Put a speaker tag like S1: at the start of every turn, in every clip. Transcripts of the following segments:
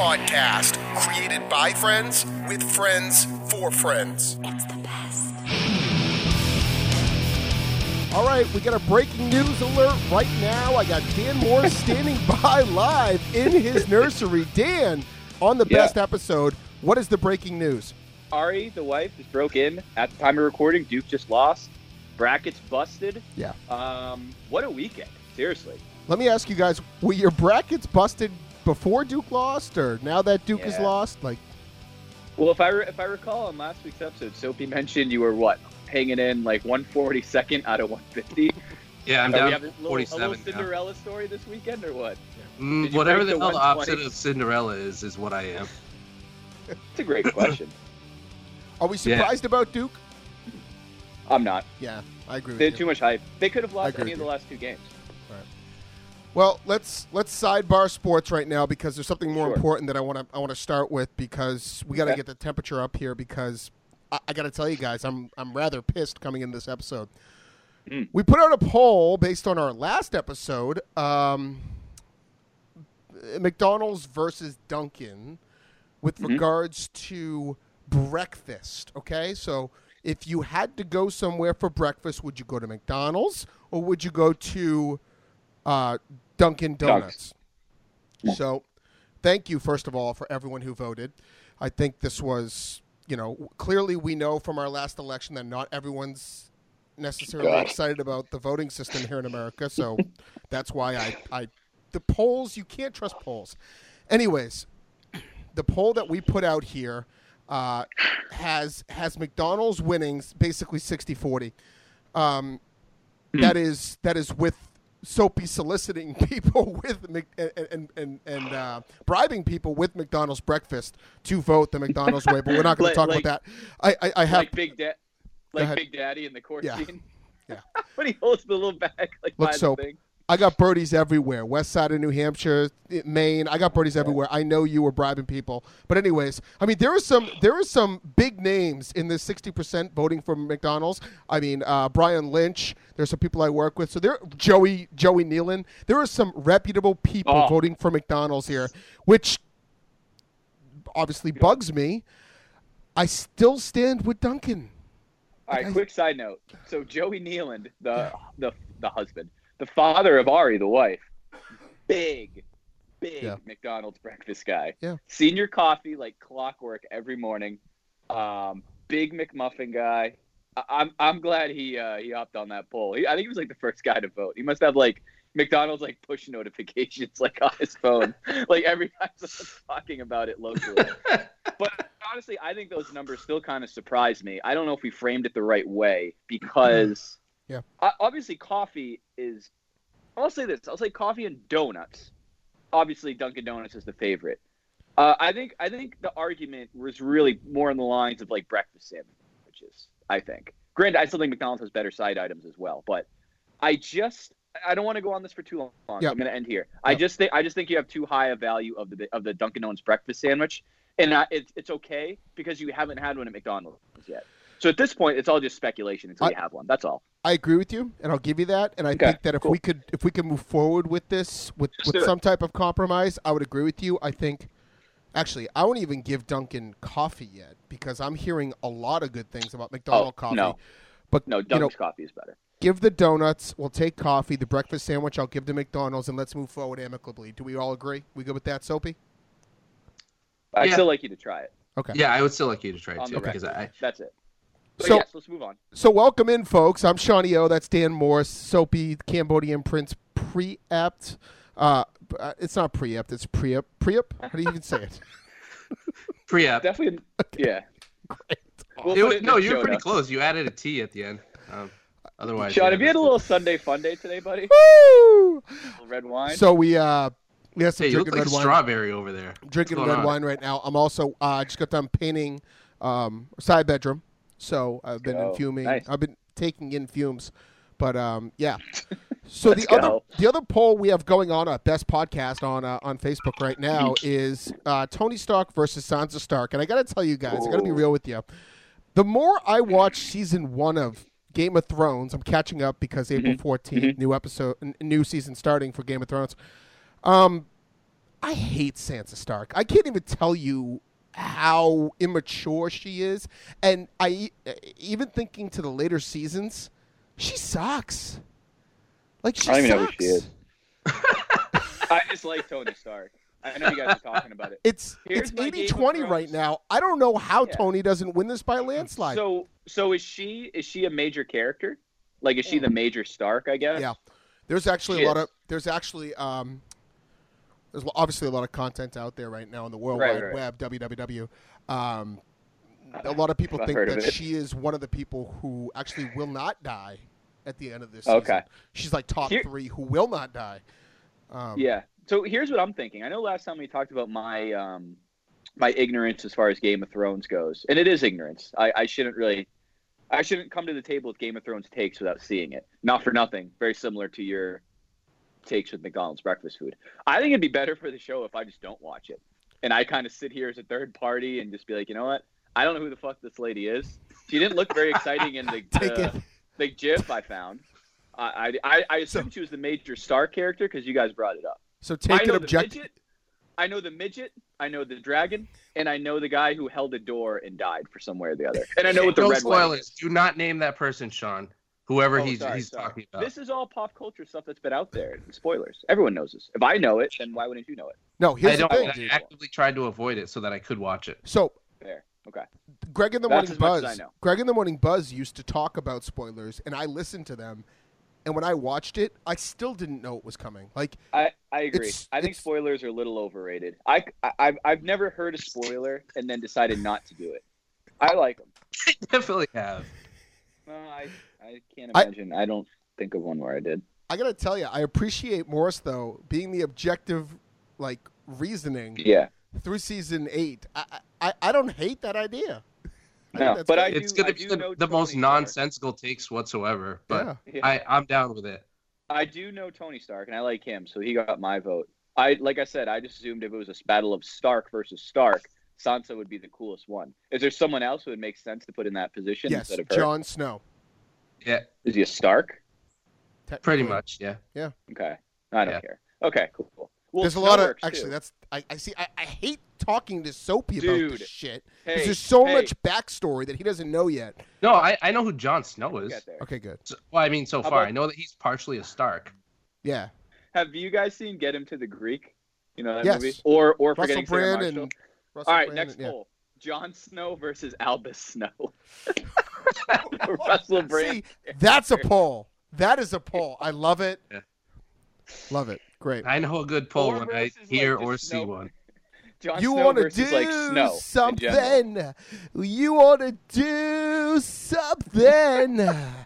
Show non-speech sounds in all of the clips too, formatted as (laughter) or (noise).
S1: podcast created by friends, with friends, for friends.
S2: It's the best.
S3: All right, we got a breaking news alert right now. I got Dan Moore standing by live in his nursery. Dan, on the
S4: Yeah.
S3: best episode, what is the breaking news?
S4: Ari, the wife, just broke in at the time of recording. Duke just lost. Brackets busted.
S3: Yeah.
S4: Um, what a weekend. Seriously.
S3: Let me ask you guys were your brackets busted before Duke lost or now that Duke is
S4: Yeah.
S3: lost? Like,
S4: Well, if I re- if I recall on last week's episode, Soapy (laughs) mentioned you were what hanging in like 142nd out of 150.
S5: Yeah, I'm
S4: Are we
S5: down
S4: having a little, a
S5: 47
S4: little
S5: now.
S4: Cinderella story this weekend or what?
S5: Mm,
S4: Did you
S5: whatever
S4: break
S5: the
S4: the
S5: hell the
S4: one
S5: opposite
S4: twice?
S5: of Cinderella is, is what I am.
S4: It's a
S3: (laughs)
S4: great question.
S3: are we
S5: Yeah.
S3: surprised about Duke?
S4: I'm not.
S3: Yeah, I agree with
S4: They
S3: you.
S4: had too much hype. They could have lost
S3: agree
S4: any of
S3: with
S4: the
S3: you.
S4: last two games.
S3: Well, let's let's sidebar sports right now because there's something more
S4: Sure.
S3: important that I want to I want to start with because we got to
S4: Okay.
S3: get the temperature up here because I, I got to tell you guys I'm I'm rather pissed coming into this episode.
S4: Mm.
S3: We put out a poll based on our last episode, um, McDonald's versus Dunkin', with regards to breakfast. Okay, so if you had to go somewhere for breakfast, would you go to McDonald's or would you go to uh, Dunkin' Donuts? So, thank you first of all for everyone who voted. I think this was, you know, clearly we know from our last election that not everyone's necessarily
S6: God.
S3: excited about the voting system here in America. So (laughs) that's why I, I, the polls you can't trust polls. Anyways, the poll that we put out here uh, has has McDonald's winnings basically 60-40. Um,
S4: Hmm.
S3: That is that is with Soapy soliciting (laughs) people with Mc, and and and, and uh, bribing people with McDonald's breakfast to vote the McDonald's way. But we're not going to talk
S4: Like- like-
S3: about that. I I, I have
S4: Like Big Dad,
S3: ahead.
S4: like Big Daddy in the court
S3: Yeah.
S4: scene.
S3: Yeah.
S4: (laughs) when he holds the little bag like
S3: Look,
S4: by the
S3: so-
S4: thing.
S3: I got birdies everywhere. West side of New Hampshire, Maine. I got birdies everywhere. I know you were bribing people, but anyways, I mean there are some there are some big names in this sixty percent voting for McDonald's. I mean uh, Brian Lynch. There's some people I work with. So there, Joey Joey Nealon. There are some reputable people
S4: Oh.
S3: voting for McDonald's here, which obviously bugs me. I still stand with Duncan.
S4: All right,
S3: I-
S4: quick side note. So Joey Nealand, the the the husband, the father of Ari, the wife, big, big
S3: Yeah.
S4: McDonald's breakfast guy.
S3: Yeah.
S4: Senior coffee like clockwork every morning. Um, big McMuffin guy. I- I'm I'm glad he uh, he hopped on that poll. He, I think he was like the first guy to vote. He must have like McDonald's like push notifications like on his phone,
S3: (laughs)
S4: like every time someone's talking about it locally. but honestly, I think those numbers still kind of surprised me. I don't know if we framed it the right way because
S3: (clears throat) Yeah.
S4: O- obviously coffee is. I'll say this. I'll say coffee and donuts. Obviously, Dunkin' Donuts is the favorite. Uh, I think I think the argument was really more in the lines of like breakfast sandwiches. I think. Granted, I still think McDonald's has better side items as well, but I just I don't want to go on this for too long.
S3: Yeah.
S4: I'm going to end here. I
S3: Yeah.
S4: just think I just think you have too high a value of the of the Dunkin' Donuts breakfast sandwich, and I, it's it's okay because you haven't had one at McDonald's yet. So at this point, it's all just speculation until
S3: I-
S4: you have one. That's all.
S3: I agree with you, and I'll give you that. And I
S4: Okay,
S3: think that if
S4: cool.
S3: we could, if we could move forward with this with,
S4: Let's
S3: with
S4: do it.
S3: some type of compromise, I would agree with you. I think, actually, I won't even give Duncan coffee yet because I'm hearing a lot of good things about McDonald coffee.
S4: Oh, no.
S3: But
S4: No, Dunkin's
S3: you know,
S4: coffee is better.
S3: give the donuts. We'll take coffee. The breakfast sandwich I'll give to McDonald's, and let's move forward amicably. Do we all agree? We good with that, Soapy?
S4: I'd
S5: Yeah.
S4: still like you to try it.
S3: Okay.
S5: Yeah, I would still like you to try it
S4: On
S5: too
S4: the
S5: because I
S4: That's it. But
S3: So-
S4: yes, let's move on.
S3: So welcome in, folks. I'm Shawnee O. That's Dan Morris, Soapy, Cambodian Prince Preapt. Uh, uh, it's not Preapt. It's Preap. Preap. How do you even say
S5: (laughs)
S3: it?
S5: pre-app.
S4: Definitely.
S5: (laughs)
S4: Yeah. We'll
S5: It
S4: put
S5: was-
S4: it in
S5: no,
S4: the
S5: you were
S4: show
S5: pretty
S4: notes.
S5: close. You added a T at the end. Um, otherwise,
S4: Sean,
S5: yeah,
S4: have you had a
S5: that's-
S4: little Sunday fun day
S3: (laughs)
S4: today, buddy?
S3: Woo!
S4: A little red wine.
S3: So we uh we have some
S5: Hey, you look
S3: drinking
S5: like
S3: red
S5: a
S3: wine.
S5: strawberry over there.
S3: Drinking
S5: What's
S3: red
S5: going on?
S3: wine right now. I'm also uh just got done painting um side bedroom. So I've been
S4: go.
S3: infuming.
S4: Oh, Nice.
S3: I've been taking in fumes. But um yeah. So the
S4: (laughs) Let's go.
S3: other the other poll we have going on at Best Podcast on uh, on Facebook right now is uh, Tony Stark versus Sansa Stark, and I got to tell you guys, I got to be real with you. The more I watch season one of Game of Thrones, I'm catching up because
S4: Mm-hmm.
S3: April 14th, new episode, n- new season starting for Game of Thrones. Um, I hate Sansa Stark. I can't even tell you how immature she is, and I e- even thinking to the later seasons, she sucks. Like she
S4: I don't even know who
S3: sucks.
S4: she is. I just like Tony Stark. I know you guys are talking
S3: (laughs)
S4: about it.
S3: It's
S4: Here's
S3: it's
S4: my Game
S3: eighty
S4: of
S3: twenty right
S4: Thrones.
S3: now. I don't know how
S4: Yeah.
S3: Tony doesn't win this by a landslide.
S4: So so is she is she a major character? Like
S3: Oh.
S4: is she the major Stark? I guess.
S3: Yeah. There's actually a
S4: Shit.
S3: lot of there's actually um, there's obviously a lot of content out there right now in the World
S4: Right,
S3: Wide
S4: right.
S3: Web (WWW). Um, a lot of people
S4: I've
S3: think
S4: heard of
S3: that
S4: it.
S3: she is one of the people who actually will not die at the end of this.
S4: Okay.
S3: season. she's like top
S4: Here-
S3: three who will not die. Um,
S4: Yeah. So here's what I'm thinking. I know last time we talked about my um, my ignorance as far as Game of Thrones goes, and it is ignorance. I, I shouldn't really, I shouldn't come to the table with Game of Thrones takes without seeing it. Not for nothing. Very similar to your takes with McDonald's breakfast food. I think it'd be better for the show if I just don't watch it, and I kind of sit here as a third party and just be like, you know what? I don't know who the fuck this lady is. She didn't look very exciting in the,
S3: (laughs) Take
S4: the (laughs)
S3: it.
S4: the GIF I found. I I, I, I assumed she was the major star character because you guys brought it up.
S3: So take
S4: I
S3: it
S4: know
S3: objective.
S4: the midget. I know the midget. I know the dragon, and I know the guy who held a door and died for some way or the other. And I know what the
S5: no
S4: red wedding
S5: spoilers. Do not name that person, Sean. Whoever
S4: Oh,
S5: he's
S4: sorry,
S5: he's
S4: sorry.
S5: talking about.
S4: This is all pop culture stuff that's been out there. Spoilers. Everyone knows this. If I know it, then why wouldn't you know it?
S3: No,
S5: I
S3: here's the
S5: don't.
S3: thing.
S5: I actively tried to avoid it so that I could watch it. (laughs)
S3: So
S4: There. Okay.
S3: Greg in the
S4: That's
S3: Morning
S4: as much as I
S3: Buzz.
S4: know.
S3: Greg in the Morning Buzz used to talk about spoilers, and I listened to them. And when I watched it, I still didn't know it was coming. Like
S4: I, I agree.
S3: It's-
S4: I think
S3: it's-
S4: spoilers are a little overrated. I, I I've, I've never heard a spoiler and then decided not to do it. I like them.
S5: I definitely have.
S4: No, I I can't
S3: I-
S4: imagine. I don't think of one where I did.
S3: I gotta tell you, I appreciate Morris though being the objective, like reasoning
S4: Yeah.
S3: through season eight. I I, I don't hate that idea. I
S4: No,
S3: think that's
S4: but
S3: good.
S4: I
S5: It's
S4: do-
S5: gonna
S4: I
S5: be
S4: do
S5: the,
S4: know
S5: the most
S4: Tony Stark.
S5: nonsensical takes whatsoever. But
S3: Yeah.
S4: yeah.
S5: I I'm down with it.
S4: I do know Tony Stark, and I like him, so he got my vote. I like I said, I just assumed if it was a battle of Stark versus Stark, Sansa would be the coolest one. Is there someone else who would make sense to put in that position
S3: yes,
S4: instead of her?
S3: Jon Snow.
S5: Yeah,
S4: Is he a Stark?
S5: pretty
S3: technically.
S5: much. Yeah.
S4: Okay, I don't
S5: Yeah.
S4: care. Okay, cool. cool. Well,
S3: There's a lot of
S4: Starks, too.
S3: actually. That's I, I see. I, I hate talking to Soapy about
S4: Dude.
S3: this shit
S4: hey,
S3: there's so
S4: hey,
S3: much backstory that he doesn't know yet.
S5: No, I I know who Jon Snow
S4: we'll
S5: is.
S4: get there.
S3: Okay, good.
S5: So- well, I mean, so
S4: How
S5: far
S4: about-
S5: I know that he's partially a Stark.
S3: Yeah,
S4: Have you guys seen Get Him to the Greek? You know that
S3: Yes.
S4: movie? Or or
S3: Russell
S4: forgetting
S3: Brand
S4: Sarah Marshall?
S3: and Russell
S4: All right,
S3: Brand
S4: next
S3: and- yeah.
S4: poll: Jon Snow versus Albus Snow. (laughs) Russell Brand.
S3: (laughs) See, that's a poll. That is a poll. I love it.
S5: Yeah.
S3: Love it. Great.
S5: I know a good poll
S4: Or
S5: when I
S4: versus, like,
S5: hear
S4: just
S5: or see
S4: Snow.
S5: one.
S4: Jon
S3: you
S4: Snow
S3: want to do
S4: versus, like Snow in
S3: something.
S4: general.
S3: You want to do
S4: (laughs)
S3: something.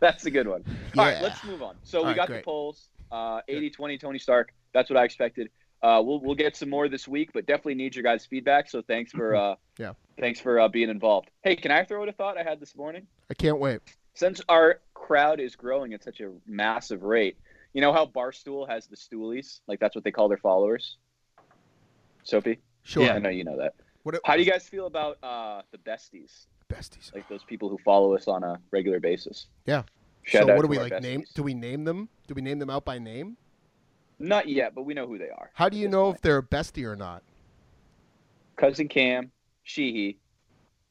S4: That's a good one. All right,
S3: Yeah.
S4: let's move on. So
S3: All
S4: we
S3: right,
S4: got
S3: great.
S4: the polls. Uh, 80 20 Tony Stark. That's what I expected. Uh, we'll we'll get some more this week, but definitely need your guys' feedback. So
S3: (laughs)
S4: thanks for uh,
S3: Yeah.
S4: thanks for uh, being involved. Hey, can I throw out a thought I had this morning?
S3: I can't wait.
S4: Since our crowd is growing at such a massive rate, you know how Barstool has the stoolies, like that's what they call their followers. Sophie,
S3: Sure.
S5: Yeah.
S4: I know you know that.
S3: What a-
S4: How do you guys feel about uh, the besties,
S3: besties?
S4: like those people who follow us on a regular basis?
S3: Yeah.
S4: Shout
S3: so
S4: out
S3: what do
S4: to
S3: we
S4: our
S3: like name?
S4: besties.
S3: Do we name them? Do we name them out by name?
S4: Not yet, but we know who they are.
S3: How do you
S4: Yes,
S3: know
S4: fine.
S3: if they're a bestie or not?
S4: Cousin Cam, Sheehy,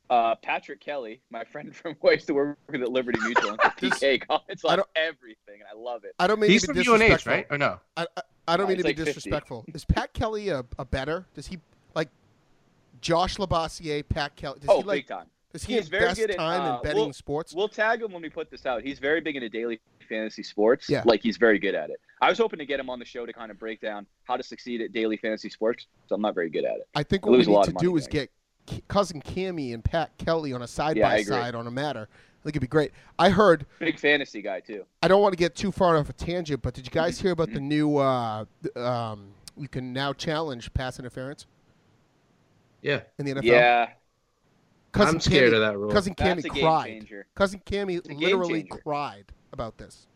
S4: uh, Patrick Kelly, my friend (laughs) from who I used to work with at Liberty
S3: (laughs)
S4: Mutual, and
S3: Just-
S4: PK comments
S3: I
S4: on
S3: don't-
S4: everything, and I love it.
S3: I don't mean
S5: He's
S3: to be
S5: from UNH,
S3: disrespectful.
S5: right? Or no?
S3: I, I, I don't
S4: No,
S3: mean to
S4: he's
S3: be
S4: like 50.
S3: disrespectful. Is Pat Kelly a, a better? Does he like Josh Labassier, Pat Kelly? Does
S4: oh,
S3: he like
S4: big time.
S3: Does he
S4: He's very
S3: invest
S4: good at,
S3: time
S4: uh,
S3: in betting
S4: well-
S3: sports?
S4: We'll tag him when we put this out. He's very big into daily fantasy sports.
S3: Yeah.
S4: Like, he's very good at it. I was hoping to get him on the show to kind of break down how to succeed at daily fantasy sports, so I'm not very good at it.
S3: I think
S4: we
S3: what we
S4: lose a lot
S3: need to
S4: of
S3: do
S4: money
S3: is get K- cousin Cammy and Pat Kelly on a side
S4: Yeah, I
S3: by
S4: agree.
S3: side on a matter. I think it'd be great. I heard.
S4: Big fantasy guy, too.
S3: I don't want to get too far off a tangent, but did you guys hear about the new? Uh, th- um, you can now challenge pass interference
S5: Yeah.
S3: in the NFL.
S4: Yeah.
S3: cousin
S5: I'm scared
S3: Cammy,
S5: of that rule.
S3: Cousin
S4: That's
S3: Cammy
S4: a game
S3: cried.
S4: changer.
S3: Cousin Cammy
S4: a game
S3: literally
S4: changer.
S3: cried about this.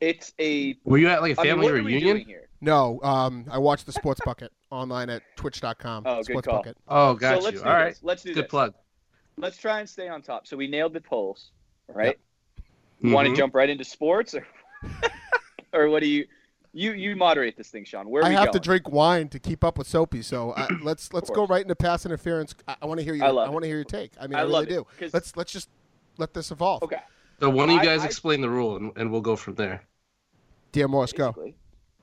S4: It's a
S5: Were you at like a
S4: I mean,
S5: family
S4: what are we doing
S5: reunion?
S4: here?
S3: No, um, I watched the Sports Bucket (laughs) online at Twitch.com.
S4: Oh, good
S3: Sports
S4: call.
S3: Bucket.
S5: Oh,
S4: So
S5: got
S4: let's
S5: you.
S4: do
S5: All right.
S4: this. Let's do
S5: Good
S4: this.
S5: plug.
S4: Let's try and stay on top. So we nailed the polls, all right?
S5: Yep.
S4: You want to
S5: Mhm.
S4: jump right into sports, (laughs) or or what do you You you moderate this thing, Sean. Where are
S3: I
S4: we
S3: have
S4: going?
S3: to drink wine to keep up with Soapy. So
S4: (clears throat)
S3: uh, let's let's go
S4: course.
S3: right into pass interference. I, I want to hear you.
S4: I love it.
S3: want to hear your take. I mean, I,
S4: I
S3: really
S4: love it,
S3: do.
S4: 'cause-
S3: Let's let's just let this evolve.
S4: Okay.
S5: So one of you
S4: I-
S5: guys
S4: I-
S5: explain the rule, and, and we'll go from there.
S3: Dear Morris, go.
S4: basically.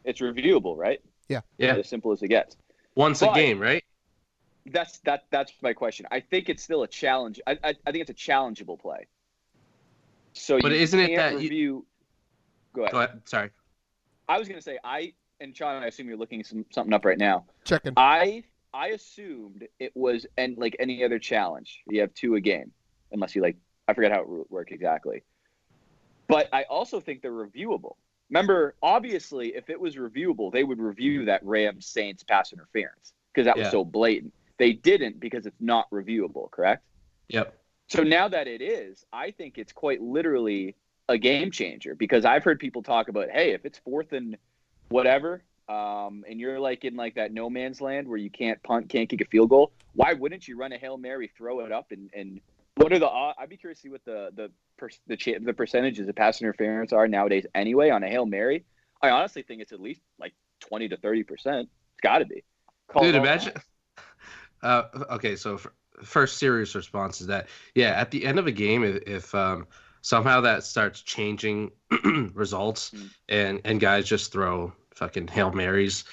S4: It's reviewable, right?
S5: Yeah,
S4: As simple as it gets.
S5: once
S4: But-
S5: a game, right?
S4: That's that. That's my question. I think it's still a challenge. I, I, I think it's a challengeable play. So,
S5: But
S4: you
S5: isn't it
S4: can't
S5: that you-
S4: review? Go ahead.
S5: Go ahead. Sorry.
S4: I was gonna say I and Sean. I assume you're looking some, something up right now.
S3: Chicken.
S4: I I assumed it was and like any other challenge. You have two a game, unless you like. I forget how it worked exactly. But I also think they're reviewable. Remember, obviously, if it was reviewable, they would review that Rams Saints pass interference because that
S5: Yeah.
S4: was so blatant. They didn't because it's not reviewable, correct?
S5: Yep.
S4: So now that it is, I think it's quite literally a game changer because I've heard people talk about, hey, if it's fourth and whatever, um, and you're like in like that no man's land where you can't punt, can't kick a field goal, why wouldn't you run a hail mary, throw it up, and and what are the? odd- I'd be curious to see what the the per, the cha- the percentages of pass interference are nowadays anyway on a hail mary. I honestly think it's at least like twenty to thirty percent. It's got to be. Call
S5: Dude,
S4: it all
S5: imagine. Uh, okay, so f- first serious response is that yeah, at the end of a game, if, if um, somehow that starts changing (clears throat) results
S4: Mm.
S5: and and guys just throw fucking hail marys,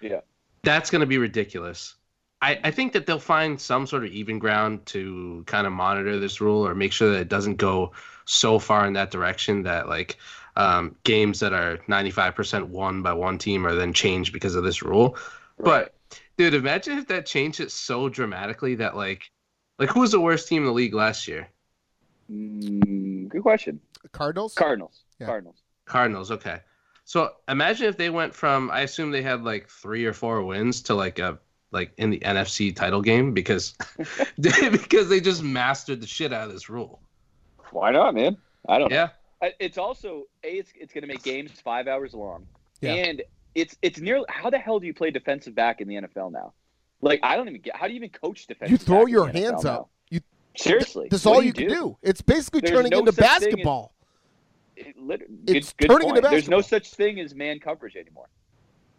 S4: Yeah.
S5: that's gonna be ridiculous. I, I think that they'll find some sort of even ground to kind of monitor this rule or make sure that it doesn't go so far in that direction that like um, games that are 95% won by one team are then changed because of this rule.
S4: Right.
S5: But dude, imagine if that changed it so dramatically that like like who was the worst team in the league last year?
S4: Mm, good question.
S3: Cardinals.
S4: Cardinals.
S3: Yeah.
S4: Cardinals.
S5: Cardinals, okay. So imagine if they went from I assume they had like three or four wins to like a like in the NFC title game because (laughs) because they just mastered the shit out of this rule.
S4: Why not, man? I don't know.
S5: Yeah.
S4: I- Uh, It's also a. It's, it's going to make games five hours long,
S3: Yeah.
S4: and it's it's nearly. How the hell do you play defensive back in the NFL now? Like I don't even get. How do you even coach defensive?
S3: You throw
S4: back in
S3: your
S4: the NFL
S3: hands
S4: now?
S3: up. You
S4: Seriously,
S3: That's
S4: what
S3: all
S4: do
S3: you can do. It's basically
S4: There's
S3: turning
S4: no
S3: into
S4: such thing as-
S3: basketball.
S4: It lit-
S3: It's
S4: good, good
S3: turning into
S4: point. There's no
S3: basketball.
S4: such thing as man coverage anymore.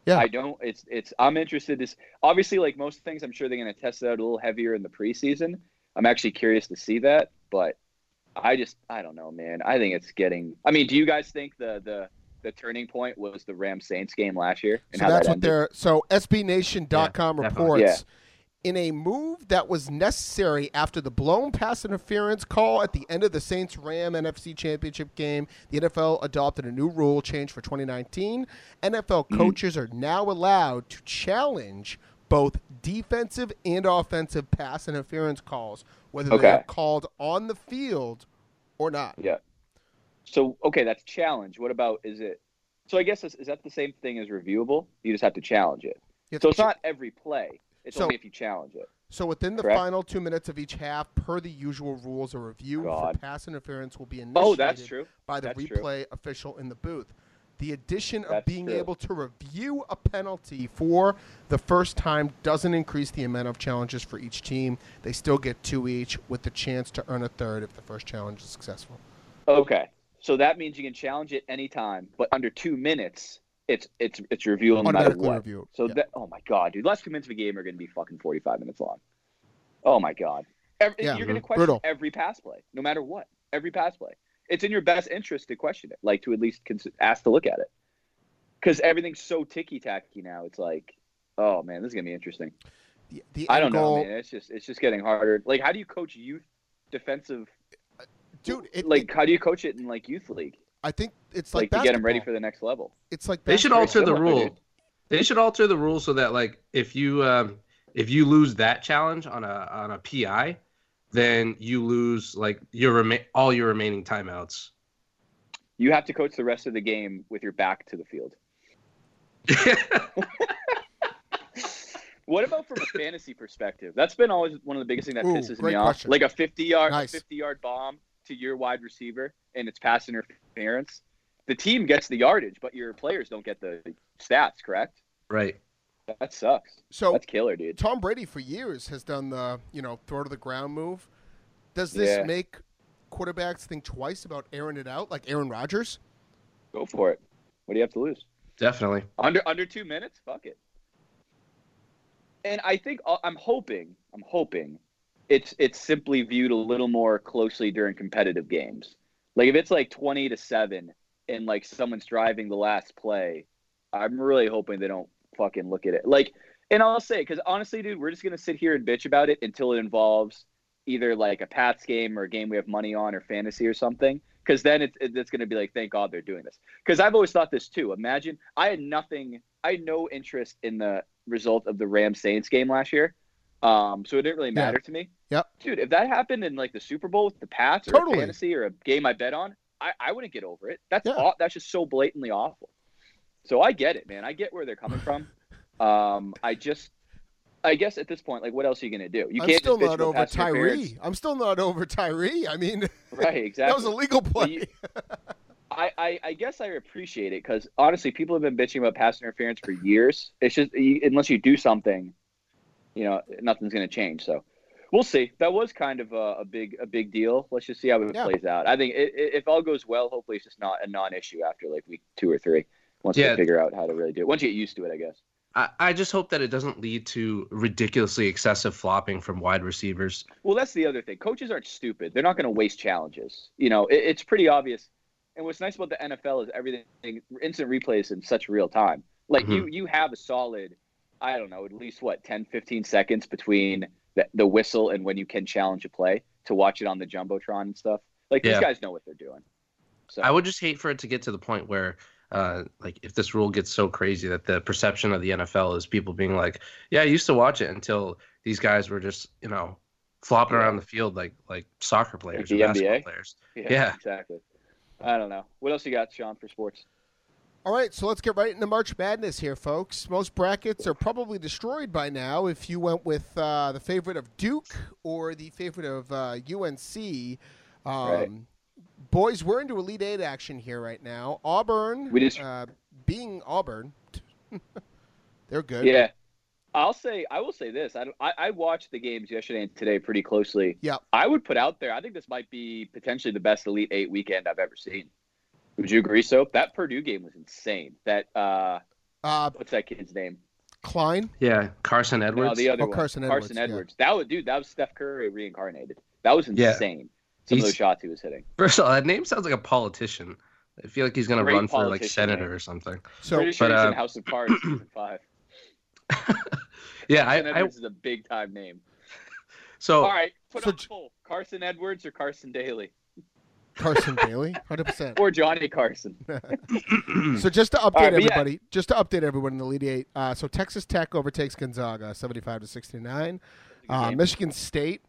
S3: Yeah.
S4: I don't. It's it's. I'm interested. This obviously, like most things, I'm sure they're going to test it out a little heavier in the preseason. I'm actually curious to see that, but I just I don't know, man. I think it's getting. I mean, do you guys think the the the turning point was the Rams Saints game last year and
S3: So
S4: how
S3: that's
S4: that
S3: what
S4: ended?
S3: they're so SBNation.com
S5: Yeah,
S3: reports
S5: definitely.
S3: in a move that was necessary after the blown pass interference call at the end of the Saints Ram NFC Championship game, the NFL adopted a new rule change for 2019. NFL
S4: Mm-hmm.
S3: coaches are now allowed to challenge both defensive and offensive pass interference calls, whether
S4: Okay.
S3: they are called on the field or not.
S4: Yeah. So okay, that's challenge. What about is it? So I guess is, is that the same thing as reviewable? You just have to challenge it.
S3: You have to
S4: So it's not every play. It's
S3: So-
S4: only if you challenge it.
S3: So within the
S4: Correct?
S3: final two minutes of each half, per the usual rules, a review for
S4: God.
S3: pass interference will be initiated
S4: Oh, that's true.
S3: by the
S4: That's true.
S3: replay official in the booth. The addition of
S4: That's
S3: being
S4: true.
S3: able to review a penalty for the first time doesn't increase the amount of challenges for each team. They still get two each, with the chance to earn a third if the first challenge is successful.
S4: Okay. So that means you can challenge it anytime, but under two minutes, it's it's it's reviewable no matter
S3: Automatically
S4: what.
S3: review.
S4: So
S3: yeah.
S4: that oh my god, dude, last two minutes of a game are going to be fucking forty five minutes long. Oh my god, Every,
S3: Yeah,
S4: you're going to
S5: mhm.
S4: question
S3: Brutal.
S4: every pass play, no matter what. Every pass play, it's in your best interest to question it, like to at least cons- ask to look at it, because everything's so ticky tacky now. It's like, oh man, this is going to be interesting.
S3: the, the
S4: I
S3: end
S4: don't know,
S3: goal,
S4: man. It's just it's just getting harder. Like, how do you coach youth defensive?
S3: dude. It,
S4: like,
S3: it-
S4: how do you coach it in like youth league?
S3: I think it's like,
S4: like, to get them
S3: basketball.
S4: ready for the next level.
S3: It's like
S5: They should
S3: basketball.
S4: Very
S5: alter the
S4: similar,
S5: rule.
S4: dude.
S5: They should alter the rule so that like if you um, if you lose that challenge on a on a PI, then you lose like your rema- all your remaining timeouts.
S4: You have to coach the rest of the game with your back to the
S5: (laughs)
S4: field. (laughs) What about from a fantasy perspective? That's been always one of the biggest things that
S3: Ooh,
S4: pisses me
S3: great
S4: off.
S3: question.
S4: Like a fifty yard,
S3: Nice.
S4: a fifty yard bomb to your wide receiver, and it's pass interference. The team gets the yardage, but your players don't get the stats. Correct?
S5: right.
S4: That sucks.
S3: So
S4: That's killer, dude.
S3: Tom Brady for years has done the you know throw to the ground move. Does this
S4: Yeah.
S3: make quarterbacks think twice about airing it out like Aaron Rodgers?
S4: Go for it. What do you have to lose?
S5: Definitely.
S4: Under under two minutes, fuck it. And I think uh, I'm hoping, I'm hoping, it's it's simply viewed a little more closely during competitive games. Like if it's like twenty to seven and like someone's driving the last play, I'm really hoping they don't fucking look at it. Like, and I'll say because honestly, dude, we're just gonna sit here and bitch about it until it involves either like a Pats game or a game we have money on or fantasy or something because then it's it's going to be like thank god they're doing this because i've always thought this too imagine i had nothing i had no interest in the result of the rams saints game last year um so it didn't really matter
S3: Yeah.
S4: to me
S3: Yep.
S4: dude if that happened in like the super bowl with the pats or
S3: Totally.
S4: a fantasy or a game i bet on i i wouldn't get over it that's
S3: Yeah.
S4: aw- that's just so blatantly awful so i get it man i get where
S3: (laughs)
S4: they're coming from um i just I guess at this point, like, what else are you gonna do? You
S3: I'm
S4: can't
S3: still
S4: just bitch
S3: not
S4: about
S3: over
S4: pass
S3: (laughs)
S4: interference.
S3: Tyree. I'm still not over Tyree. I mean, (laughs)
S4: Right, exactly.
S3: that was a legal play.
S4: you- I, I, I guess I appreciate it because honestly, people have been bitching about pass interference for years. It's just you, unless you do something, you know, nothing's going to change. So we'll see. That was kind of a, a big a big deal. Let's just see how it
S3: Yeah.
S4: plays out. I think i i if all goes well, hopefully it's just not a non-issue after like week two or three. Once
S5: Yeah.
S4: they figure out how to really do it, once you get used to it, I guess.
S5: I, I just hope that it doesn't lead to ridiculously excessive flopping from wide receivers.
S4: Well, that's the other thing. Coaches aren't stupid. They're not going to waste challenges. You know, it, it's pretty obvious. And what's nice about the NFL is everything instant replays in such real time. Like you,
S5: Mm-hmm.
S4: you have a solid, I don't know, at least what 10, 15 seconds between the, the whistle and when you can challenge a play to watch it on the jumbotron and stuff. Like
S5: Yeah.
S4: these guys know what they're doing. So
S5: I would just hate for it to get to the point where, uh, like, if this rule gets so crazy that the perception of the NFL is people being like, "Yeah, I used to watch it until these guys were just, you know, flopping
S4: Yeah.
S5: around the field like like soccer players
S4: the
S5: or basketball
S4: NBA?
S5: players."
S4: yeah,
S5: yeah.
S4: exactly. I don't know. What else you got, Sean, for sports?
S3: All right, so let's get right into March Madness here, folks. Most brackets are probably destroyed by now if you went with uh, the favorite of Duke or the favorite of uh, UNC. Um,
S4: Right.
S3: Boys, we're into Elite Eight action here right now. Auburn,
S4: We just-
S3: uh, being Auburn, (laughs) they're good.
S4: Yeah. I'll say I will say this. I, don't- I I watched the games yesterday and today pretty closely.
S3: Yeah.
S4: I would put out there. I think this might be potentially the best Elite Eight weekend I've ever seen. Would you agree? So that Purdue game was insane. That uh,
S3: Uh,
S4: what's that kid's name?
S3: Klein,
S5: Yeah, Carson Edwards.
S4: No, the uh, other
S3: Oh,
S4: one.
S3: Carson
S4: Carson
S3: Edwards,
S4: Edwards. That was dude. That was Steph Curry reincarnated. That was
S5: Yeah.
S4: insane. Some of
S5: He's-
S4: those shots he was hitting.
S5: First of all, that name sounds like a politician. I feel like he's gonna
S4: Great
S5: run for like
S4: politician,
S5: senator
S4: man.
S5: or something.
S3: so
S4: Pretty sure
S5: But,
S4: he's
S5: uh,
S4: in House of Cards season (clears throat) five.
S5: Yeah,
S4: Carson
S5: I, Oh. I
S4: Edwards is a big time name.
S5: so
S4: All right, put
S3: So
S4: on
S3: j-
S4: full Carson Edwards or Carson Daly
S3: Carson
S4: (laughs)
S3: Daly, hundred percent.
S4: or Johnny Carson.
S3: Uh, So just to update
S4: right, but yeah.
S3: everybody, just to update everyone in the Elite Eight. Uh, so Texas Tech overtakes Gonzaga, seventy-five to sixty-nine. Uh,
S4: Game.
S3: Michigan State,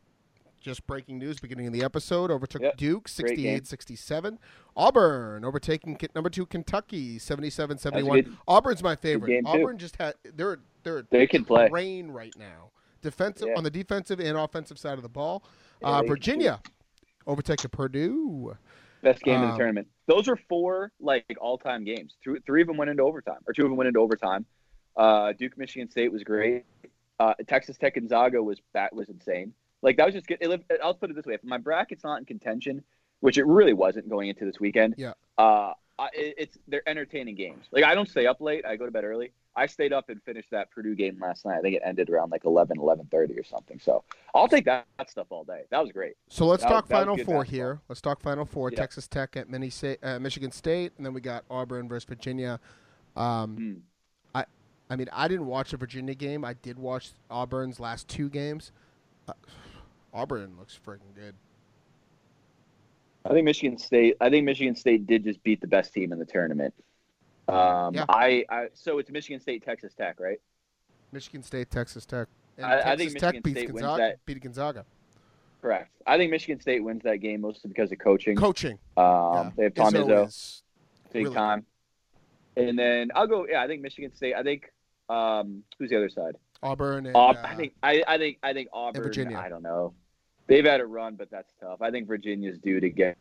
S3: just breaking news, beginning of the episode, overtook
S4: Yep.
S3: Duke,
S4: Great game.
S3: 68-67. Auburn overtaking K- number two Kentucky, 77-71.
S4: good-
S3: Auburn's my favorite.
S4: game, too.
S3: Auburn just had they're they're
S4: They can play.
S3: rain right now, defensive
S4: Yeah.
S3: on the defensive and offensive side of the ball.
S4: Yeah,
S3: uh,
S4: they-
S3: Virginia overtaking Purdue.
S4: Best game in
S3: Um,
S4: the tournament. Those are four like all-time games. Three, three of them went into overtime, or two of them went into overtime. Uh, Duke, Michigan State was great. Uh, Texas Tech, Gonzaga was that was insane. Like that was just good. It, I'll put it this way: if my bracket's not in contention, which it really wasn't going into this weekend,
S3: Yeah.
S4: Uh, I, it, it's they're entertaining games. Like I don't stay up late. I go to bed early. I stayed up and finished that Purdue game last night. I think it ended around like 11, 11.30 or something. So I'll take that, that stuff all day. That was great.
S3: So let's
S4: That was-
S3: talk
S4: that was
S3: Final
S4: good
S3: Four
S4: basketball.
S3: here. Let's talk Final Four.
S4: Yeah.
S3: Texas Tech at Mini Sa- uh, Michigan State, and then we got Auburn versus Virginia. Um,
S4: Hmm.
S3: I, I mean, I didn't watch the Virginia game. I did watch Auburn's last two games. Uh, Auburn looks freaking good.
S4: I think Michigan State. I think Michigan State did just beat the best team in the tournament. Um,
S3: Yeah.
S4: I, I so it's Michigan State, Texas Tech, right?
S3: Michigan State, Texas Tech, and
S4: I- I
S3: Texas
S4: think
S3: Tech
S4: Michigan
S3: beats
S4: State wins
S3: Gonzaga.
S4: that.
S3: Beat Gonzaga.
S4: Correct. I think Michigan State wins that game mostly because of coaching.
S3: Coaching.
S4: um,
S3: yeah.
S4: They have Tom
S3: Izzo
S4: Izzo,
S3: is-
S4: big
S3: really
S4: time. And then I'll go. Yeah, I think Michigan State. I think um, who's the other side?
S3: Auburn and
S4: Aub-
S3: uh,
S4: I think I, I think I think Auburn.
S3: Virginia.
S4: I don't know. They've had a run, but that's tough. I think Virginia's due to get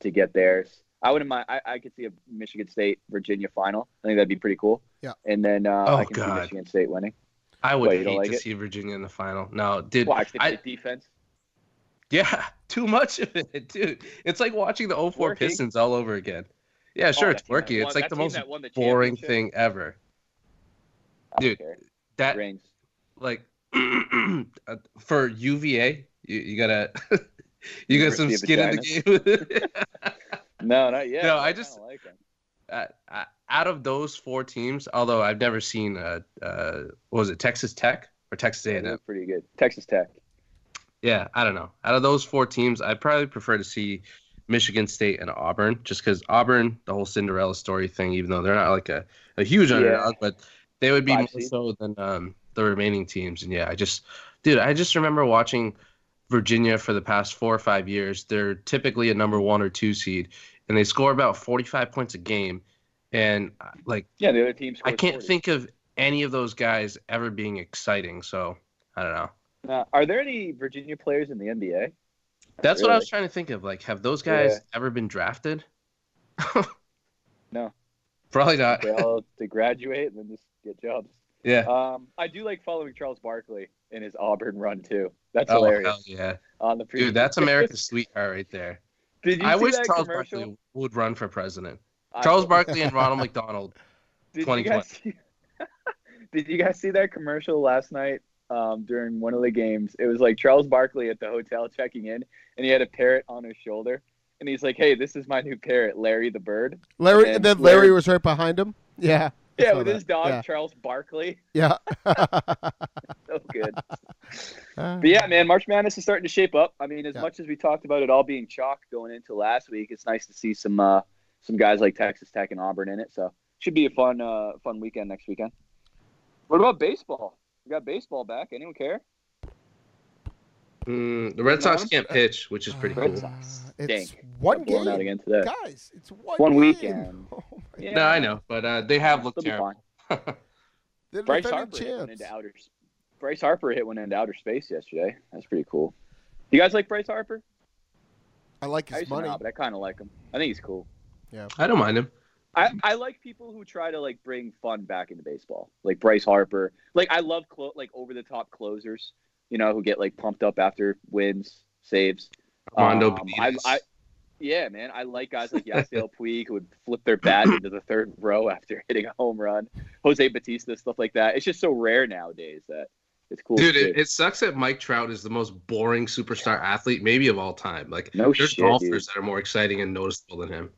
S4: to get theirs. I wouldn't mind. I, I could see a Michigan State Virginia final. I think that'd be pretty cool.
S3: Yeah.
S4: And then uh,
S5: Oh,
S4: I can
S5: God.
S4: see Michigan State winning.
S5: (clears throat) I would
S4: Wait, you don't
S5: hate
S4: like
S5: to
S4: it?
S5: see Virginia in the final. No, dude,
S4: Watch they
S5: I-
S4: play defense.
S5: (laughs) yeah, too much of it, dude. It's like watching the 04
S4: Working.
S5: Pistons all over again. Yeah, sure,
S4: Oh,
S5: it's
S4: that team that
S5: quirky.
S4: won-
S5: It's like
S4: that
S5: the
S4: team
S5: most
S4: that won the
S5: boring
S4: championship.
S5: thing ever.
S4: I don't
S5: Dude,
S4: care.
S5: That
S4: Rings.
S5: like (clears throat) uh, for UVA, you, you gotta (laughs) you got some
S4: University
S5: skin
S4: of
S5: in the
S4: (laughs)
S5: game. (laughs)
S4: No, not yet.
S5: No, I
S4: kinda
S5: just-
S4: like him.
S5: uh, uh, out of those four teams, although I've never seen uh, uh, what was it Texas Tech or Texas
S4: They
S5: A&M?
S4: look pretty good. Texas Tech.
S5: Yeah, I don't know. Out of those four teams, I'd probably prefer to see Michigan State and Auburn, just because Auburn, the whole Cinderella story thing, even though they're not like a, a huge
S4: Yeah.
S5: underdog, but they would be
S4: Five
S5: more
S4: seed.
S5: so than um, the remaining teams. And yeah, I just, dude, I just remember watching Virginia for the past four or five years. They're typically a number one or two seed, and they score about 45 points a game. And uh, like,
S4: Yeah, the other team.
S5: I
S4: scored
S5: can't
S4: 40.
S5: think of any of those guys ever being exciting. So I don't know.
S4: Uh, are there any Virginia players in the
S5: Uh,
S4: NBA?
S5: That's what I
S4: Really?
S5: was trying to think of. Like, have those guys
S4: Yeah.
S5: ever been drafted? (laughs)
S4: No.
S5: Probably not.
S4: They all (laughs) to graduate and then just get jobs.
S5: Yeah.
S4: Um, I do like following Charles Barkley in his Auburn run too. That's
S5: Oh,
S4: hilarious.
S5: hell yeah.
S4: On the pre- (laughs)
S5: Dude, that's America's sweetheart right there.
S4: Did you
S5: I
S4: see
S5: wish
S4: that
S5: Charles
S4: commercial?
S5: Barkley would run for president.
S4: I-
S5: Charles Barkley and Ronald McDonald.
S4: (laughs) Did you guys see, (laughs) did you guys see that commercial last night um, during one of the games? It was like Charles Barkley at the hotel checking in, and he had a parrot on his shoulder, and he's like, "Hey, this is my new parrot, Larry the bird."
S3: Larry,
S4: And
S3: and then Larry
S4: Larry-
S3: was right behind him. Yeah,
S4: Yeah,
S3: saw
S4: with
S3: that.
S4: his dog
S3: Yeah.
S4: Charles Barkley. (laughs)
S3: yeah.
S4: So good.
S3: Uh,
S4: (laughs) But yeah, man, March Madness is starting to shape up. I mean, as
S3: Yeah.
S4: much as we talked about it all being chalk going into last week, it's nice to see some uh, some guys like Texas Tech and Auburn in it. So should be a fun uh, fun weekend next weekend. What about baseball? We got baseball back. Anyone care?
S5: Mm, the Red Sox
S4: No.
S5: can't pitch, which is pretty
S4: Red
S5: cool.
S4: Sox.
S3: Uh, It's
S4: Dang.
S3: one
S4: Got blown
S3: game,
S4: out again today.
S3: guys. It's one,
S4: One
S3: game.
S4: weekend.
S3: (laughs) Oh my
S4: Yeah.
S5: No, I know, but uh, they have looked
S4: They'll be
S5: terrible.
S4: fine.
S3: They're the
S4: Bryce
S3: defending
S4: Harper hit one
S3: champs.
S4: into outer. s- Bryce Harper hit one into outer space yesterday. That's pretty cool. You guys like Bryce Harper?
S3: I like
S4: I
S3: his
S4: used to
S3: money.
S4: not, but I kind of like him. I think he's cool.
S5: I don't mind him.
S4: I, I like people who try to like bring fun back into baseball, like Bryce Harper. Like I love clo- like over the top closers, you know, who get like pumped up after wins, saves.
S5: Armando
S4: Um, I,
S5: Benitez.
S4: I, yeah, man, I like guys like
S5: (laughs)
S4: Yasiel Puig who would flip their bat into the third row after (laughs) hitting a home run. Jose Batista, stuff like that. It's just so rare nowadays that it's cool.
S5: Dude,
S4: to
S5: it,
S4: see.
S5: it sucks that Mike Trout is the most boring superstar athlete, maybe of all time. Like,
S4: no
S5: there's
S4: shit,
S5: golfers
S4: dude.
S5: that are more exciting and noticeable than him.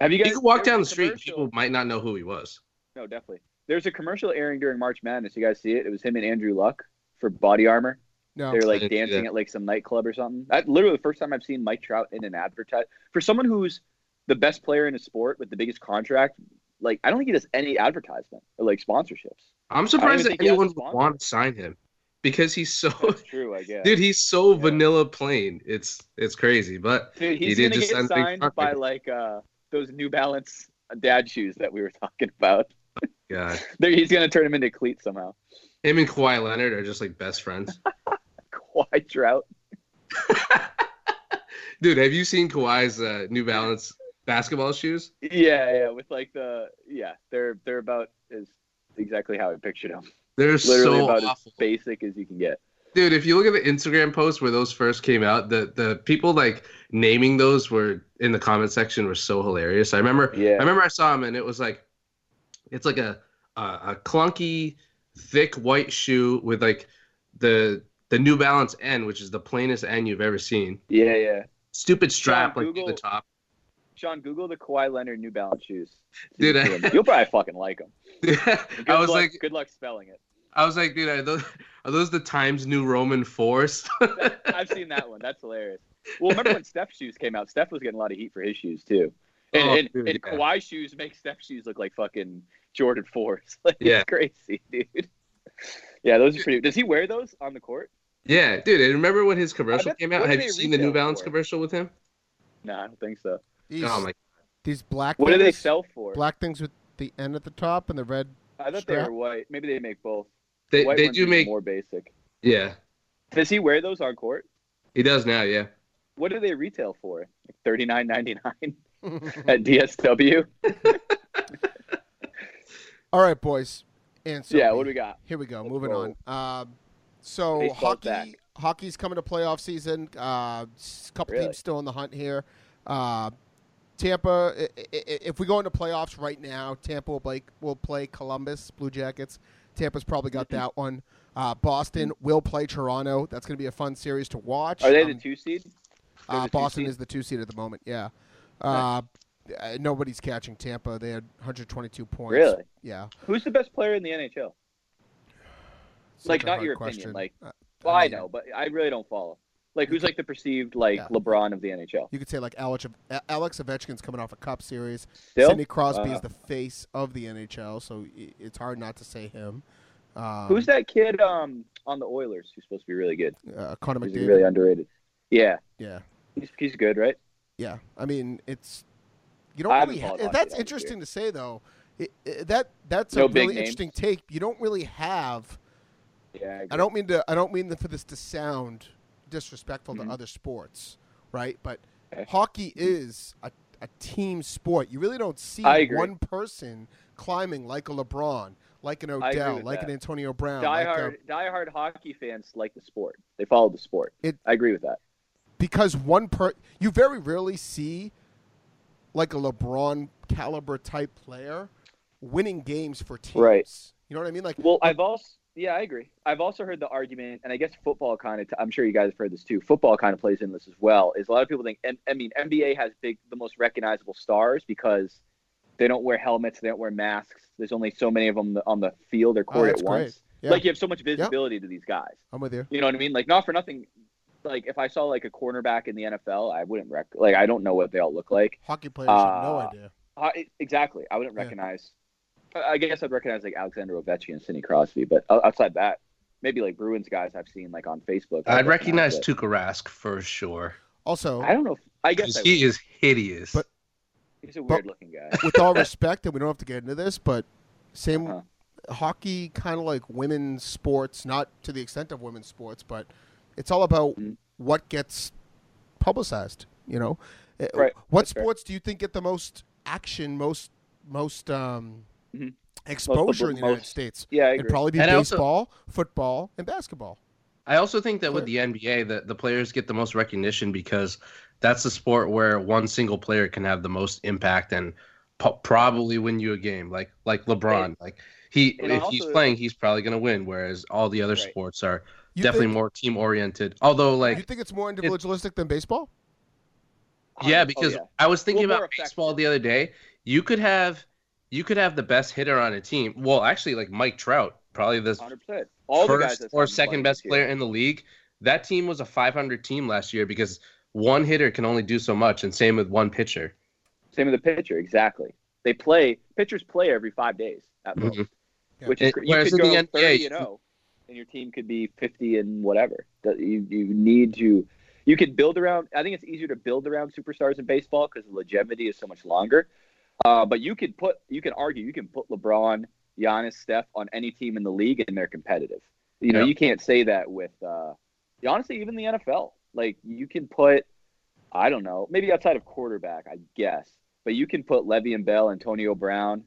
S4: Have you guys?
S5: He could walk
S4: there
S5: down the
S4: was a
S5: street,
S4: commercial-
S5: people might not know who he was.
S4: No, definitely. There's a commercial airing during March Madness. You guys see it? It was him and Andrew Luck for Body Armor.
S3: No,
S4: they were
S5: I
S4: like
S5: didn't see
S4: dancing
S5: that.
S4: at like some nightclub or something. That literally the first time I've seen Mike Trout in an advertise for someone who's the best player in a sport with the biggest contract. Like I don't think he does any advertisement or like sponsorships.
S5: I'm surprised that
S4: think he has a
S5: anyone would
S4: sponsor.
S5: want to sign him because he's so (laughs)
S4: That's true, I guess.
S5: dude. He's
S4: (laughs)
S5: so
S4: Yeah.
S5: vanilla plain. It's it's crazy, but
S4: Dude,
S5: he
S4: he's
S5: did
S4: gonna
S5: just sign
S4: get
S5: a big
S4: signed
S5: contract.
S4: by like uh, those New Balance dad shoes that we were talking about. (laughs)
S5: God,
S4: They're- he's gonna turn them into cleats somehow. (laughs)
S5: him and Kawhi Leonard are just like best friends.
S4: Kawhi Trout.
S5: dude, have you seen Kawhi's uh, New Balance basketball shoes?
S4: Yeah, yeah, with like the yeah, they're they're about as exactly how I pictured them.
S5: They're
S4: Literally
S5: so
S4: about
S5: awful.
S4: as basic as you can get.
S5: dude if you look at the instagram post where those first came out the the people like naming those were in the comment section were so hilarious i remember
S4: Yeah.
S5: i remember i saw them and it was like it's like a a, a clunky thick white shoe with like the the new balance n which is the plainest n you've ever seen
S4: Yeah, yeah.
S5: stupid strap
S4: Sean,
S5: like near the
S4: Google- (laughs)
S5: top
S4: Sean, Google the Kawhi Leonard New Balance shoes.
S5: Dude, I-
S4: you'll probably fucking like them.
S5: (laughs) i was
S4: luck,
S5: like
S4: good luck spelling it.
S5: i was like dude are those are those the times new roman force (laughs)
S4: I've seen that one. That's hilarious. Well, remember when Steph's shoes came out? Steph was getting a lot of heat for his shoes too. And,
S5: Oh,
S4: and,
S5: dude,
S4: and
S5: yeah.
S4: Kawhi's shoes make Steph's shoes look like fucking Jordan fours. (laughs) Like,
S5: Yeah.
S4: it's crazy, dude. Yeah, those are pretty. Does he wear those on the court?
S5: yeah dude and remember when his commercial
S4: bet-
S5: came
S4: what
S5: out
S4: do
S5: have
S4: they
S5: you seen the new
S4: retail
S5: balance
S4: for?
S5: commercial with him
S4: No, I don't think so.
S3: these,
S5: oh my
S3: these black.
S4: What do
S3: things,
S4: they sell for?
S3: Black things with the N at the top and the red. (laughs)
S4: I thought they
S3: strap?
S4: were white. Maybe they make both.
S5: They,
S4: white
S5: they
S4: ones
S5: do
S4: are
S5: make
S4: more basic.
S5: yeah.
S4: Does he wear those on court?
S5: He does now, yeah.
S4: What do they retail for? Like thirty nine ninety nine at DSW.
S3: All right, boys. And so
S4: yeah, what do we got?
S3: Here we go.
S4: Let's
S3: Moving
S4: roll.
S3: on. Um, so
S4: Baseball's
S3: hockey,
S4: back.
S3: hockey's coming to playoff season. A Uh, couple
S4: Really?
S3: teams still in the hunt here. Uh, Tampa, i- i- i- if we go into playoffs right now, Tampa will play, will play Columbus Blue Jackets. Tampa's probably got that one. Uh, Boston will play Toronto. That's going to be a fun series to watch.
S4: Are they the
S3: Um,
S4: two seed? They're
S3: uh,
S4: the two
S3: Boston
S4: seed?
S3: is the two seed at the moment. Yeah. Uh, uh, nobody's catching Tampa. They had 122 points.
S4: Really?
S3: Yeah.
S4: Who's the best player in the NHL?
S3: Such
S4: Like,
S3: a
S4: not
S3: hard
S4: your
S3: question.
S4: opinion, like-
S3: Uh,
S4: Well, I
S3: mean,
S4: know, but I really don't follow. Like, who's like the perceived like
S3: Yeah.
S4: LeBron of the NHL?
S3: You could say like Alex, Alex Ovechkin's coming off a Cup Series.
S4: Still,
S3: Sidney Crosby
S4: Wow.
S3: is the face of the NHL, so i- it's hard not to say him. Um,
S4: who's that kid um on the Oilers who's supposed to be really good?
S3: Uh, Connor
S4: He's
S3: McDavid.
S4: really underrated. Yeah,
S3: yeah,
S4: he's, he's good, right?
S3: yeah. I mean, it's you don't
S4: I haven't
S3: really.
S4: followed
S3: Ha-
S4: hockey
S3: that's
S4: that much
S3: interesting to say though. It, it- that that's
S4: No
S3: a
S4: big
S3: really
S4: names.
S3: interesting take. You don't really have.
S4: Yeah, I
S3: I
S4: agree.
S3: don't mean to. I don't mean for this to sound disrespectful
S4: Mhm.
S3: to other sports, right? But
S4: Okay.
S3: hockey is a, a team sport. You really don't see
S4: I agree.
S3: one person climbing like a LeBron, like an
S4: agree
S3: Odell,
S4: with
S3: like
S4: that.
S3: an Antonio Brown. like uh, a-
S4: diehard diehard hockey fans like the sport. They follow the sport.
S3: It-
S4: I agree with that.
S3: because one per you very rarely see like a LeBron caliber type player winning games for teams.
S4: Right.
S3: You know what I mean? Like
S4: Well, I've also yeah, I agree. I've also heard the argument, and I guess football kind of. I'm sure you guys have heard this too. Football kind of plays in this as well. Is a lot of people think. and- I mean, NBA has big the most recognizable stars because they don't wear helmets, they don't wear masks. There's only so many of them on the field or court
S3: Oh, that's
S4: at once.
S3: great. Yeah.
S4: Like you have so much visibility to these guys.
S3: I'm with you.
S4: You know what I mean? Like not for nothing. Like if I saw like a cornerback in the NFL, I wouldn't rec- like I don't know what they all look like.
S3: Hockey players have no
S4: Uh,
S3: idea.
S4: Uh, e- exactly. I wouldn't
S3: Yeah.
S4: recognize. I I guess I'd recognize like Alexander Ovechkin and Sidney Crosby, but o- outside that, maybe like Bruins guys I've seen like on Facebook. I
S5: I'd recognize
S4: but
S5: Tuukka Rask for sure.
S3: Also,
S4: I don't know. If, I guess
S5: 'Cause
S4: I
S5: He is hideous.
S3: But-
S4: would. he's a
S3: but-
S4: weird looking guy.
S3: with all respect, and we don't have to get into this, but same
S4: Uh-huh.
S3: hockey kind of like women's sports, not to the extent of women's sports, but it's all about
S4: Mhm.
S3: what gets publicized, you know? Uh,
S4: Right.
S3: What
S4: That's right.
S3: sports do you think get the most action, most most um,
S4: Mhm.
S3: exposure
S4: Most-
S3: in the United
S4: most-
S3: States?
S4: Yeah, I
S3: It'd
S4: agree.
S3: probably be
S5: And I also-
S3: baseball, football, and basketball.
S5: I also think that with the NBA, that the players get the most recognition because that's the sport where one single player can have the most impact and po- probably win you a game. Like like LeBron, like he
S4: and
S5: if he's
S4: also-
S5: playing, he's probably going to win. Whereas all the other
S4: Right.
S5: sports are
S3: You
S5: definitely
S3: think,
S5: more team oriented. Although like
S3: you think it's more individualistic than baseball?
S5: yeah,
S4: Oh,
S5: because
S4: yeah.
S5: I was thinking
S4: Well, more
S5: about baseball the other day. You could have you could have the best hitter on a team. Well, actually, like Mike Trout, probably the
S4: 100%. All the guys
S5: first
S4: that's
S5: or
S4: on the
S5: second
S4: Bucks
S5: best
S4: this year.
S5: player in the league. That team was a 500 team last year because one hitter can only do so much, and same with one pitcher.
S4: Same with the pitcher, exactly. They play pitchers play every five days at most,
S5: Mhm.
S3: Yeah.
S4: which is
S5: It-
S4: cr- you
S5: whereas
S4: could
S5: in
S4: go
S5: the NBA,
S4: thirty
S5: you-
S4: and zero, and your team could be fifty and whatever. That You you need to you could build around. I think it's easier to build around superstars in baseball because longevity is so much longer. Uh, but you could put you can argue you can put LeBron, Giannis, Steph on any team in the league and they're competitive. You know
S5: Yeah.
S4: you can't say that with uh, honestly even the NFL. Like you can put I don't know maybe outside of quarterback I guess, but you can put Levy and Bell, Antonio Brown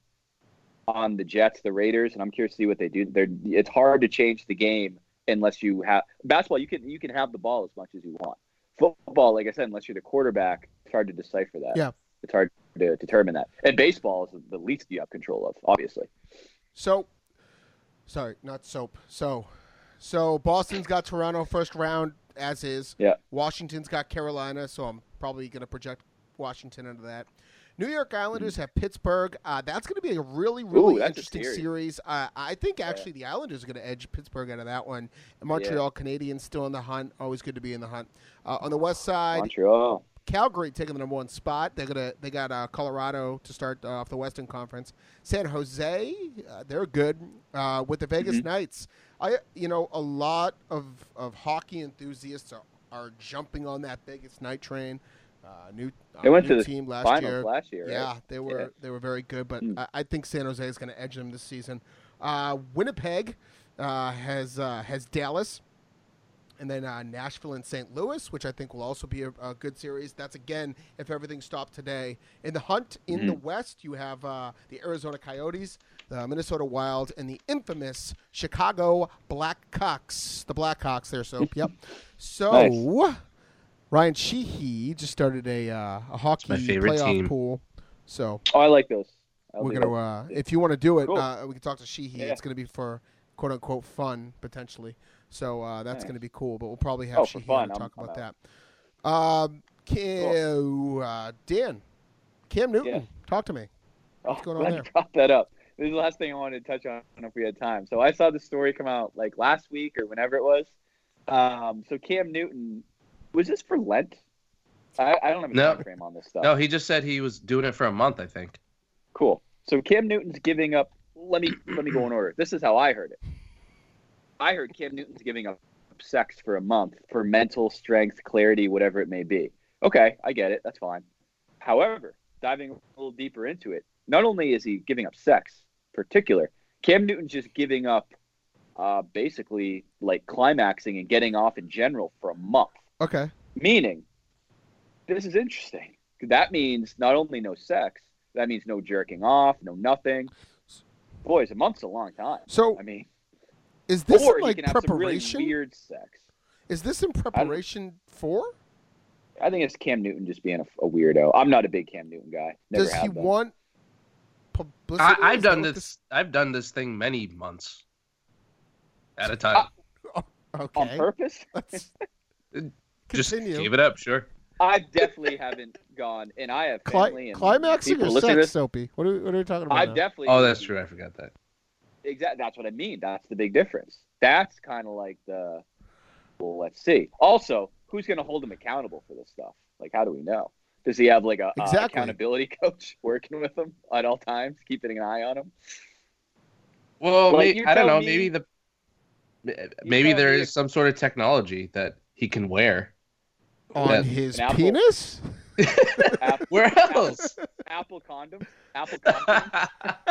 S4: on the Jets, the Raiders, and I'm curious to see what they do. They're, it's hard to change the game unless you have basketball. You can you can have the ball as much as you want. Football, like I said, unless you're the quarterback, it's hard to decipher that.
S3: Yeah.
S4: it's hard to determine that. And baseball is the least you have control of, obviously.
S3: So, sorry, not soap. So, so Boston's got Toronto first round as is.
S4: Yeah.
S3: Washington's got Carolina, so I'm probably going to project Washington into that. New York Islanders have Pittsburgh. Uh, that's going to be a really, really
S4: that's a
S3: interesting
S4: series.
S3: series. Uh, I think actually the Islanders are going to edge Pittsburgh out of that one. And Montreal Canadiens still in the hunt. Always good to be in the hunt. Uh, on the west side,
S4: Montreal.
S3: Calgary taking the number one spot. They're gonna they got uh, Colorado to start uh, off the Western Conference. San Jose, uh, they're good uh, with the Vegas
S4: Mm-hmm.
S3: Knights. I you know a lot of, of hockey enthusiasts are, are jumping on that Vegas Night train. Uh, new uh,
S4: They went
S3: new
S4: to the
S3: team last
S4: Finals
S3: year.
S4: last year, right?
S3: Yeah, they were
S4: Yeah.
S3: they were very good, but
S4: Mm.
S3: I, I think San Jose is going to edge them this season. Uh, Winnipeg uh, has uh, has Dallas, and then uh, Nashville and St. Louis, which I think will also be a, a good series. That's again if everything stopped today. In the hunt in the West, you have uh, the Arizona Coyotes, the Minnesota Wild, and the infamous Chicago Blackhawks. The Blackhawks, there, so yep. So. Ryan Sheehy just started a uh, a hockey
S5: my favorite
S3: playoff
S5: team.
S3: pool. So
S4: Oh, I like those. I
S3: we're
S4: like
S3: gonna uh, if you want to do it,
S4: Cool.
S3: uh, we can talk to Sheehy.
S4: Yeah.
S3: It's gonna be for quote unquote fun potentially. So uh, that's
S4: Nice.
S3: gonna be cool. But we'll probably have
S4: Oh, for
S3: Sheehy
S4: fun,
S3: on to
S4: I'm-
S3: talk
S4: I'm
S3: about that. Um, Ca- uh, Dan, Cam Newton, talk to me.
S4: What's
S3: going on
S4: Oh, glad
S3: there?
S4: You brought that up. This is the last thing I wanted to touch on if we had time. So I saw this story come out like last week or whenever it was. Um, so Cam Newton was this for Lent? I, I don't have a
S5: No.
S4: time frame on this stuff.
S5: No, he just said he was doing it for a month. I think.
S4: Cool. So Cam Newton's giving up. Let me let me go in order. This is how I heard it. I heard Cam Newton's giving up sex for a month for mental strength, clarity, whatever it may be. Okay, I get it. That's fine. However, diving a little deeper into it, not only is he giving up sex, in particular, Cam Newton's just giving up, uh, basically like climaxing and getting off in general for a month.
S3: Okay.
S4: Meaning, this is interesting. That means not only no sex, that means no jerking off, no nothing. Boys, a month's a long time.
S3: So
S4: I mean,
S3: is this
S4: or
S3: in,
S4: you
S3: like
S4: can have some really
S3: preparation?
S4: weird sex.
S3: Is this in preparation for?
S4: I think it's Cam Newton just being a, a weirdo. I'm not a big Cam Newton guy. Never
S3: Does
S4: have
S3: he
S4: been.
S3: want publicity?
S5: I,
S3: Is
S5: I've
S3: that
S5: done
S3: what
S5: this, I've done this thing many months at a time.
S3: Okay.
S4: on purpose?
S3: Let's
S5: (laughs) just
S3: continue.
S5: gave it up. Sure.
S4: I definitely haven't gone, and I have
S3: Cli-
S4: family and
S3: climaxing
S4: people
S3: or
S4: listening
S3: sex,
S4: to this.
S3: Soapy? What are, what are we talking about?
S4: I've
S3: now?
S4: definitely.
S5: Oh, that's true. I forgot that.
S4: Exactly. That's what I mean. That's the big difference. That's kind of like the well, let's see. Also, who's going to hold him accountable for this stuff? Like, how do we know? Does he have like a uh,
S3: Exactly.
S4: accountability (laughs) coach working with him at all times, keeping an eye on him?
S5: Well,
S4: Like,
S5: may-
S4: you
S5: I don't
S4: tell
S5: know.
S4: me-
S5: maybe the maybe
S4: tell
S5: there
S4: me
S5: is
S4: if-
S5: some sort of technology that he can wear.
S3: on
S5: Yeah.
S3: his
S4: An apple.
S3: penis. (laughs)
S4: Apple, (laughs)
S5: Where else? (laughs)
S4: Apple condoms. Apple condoms. Have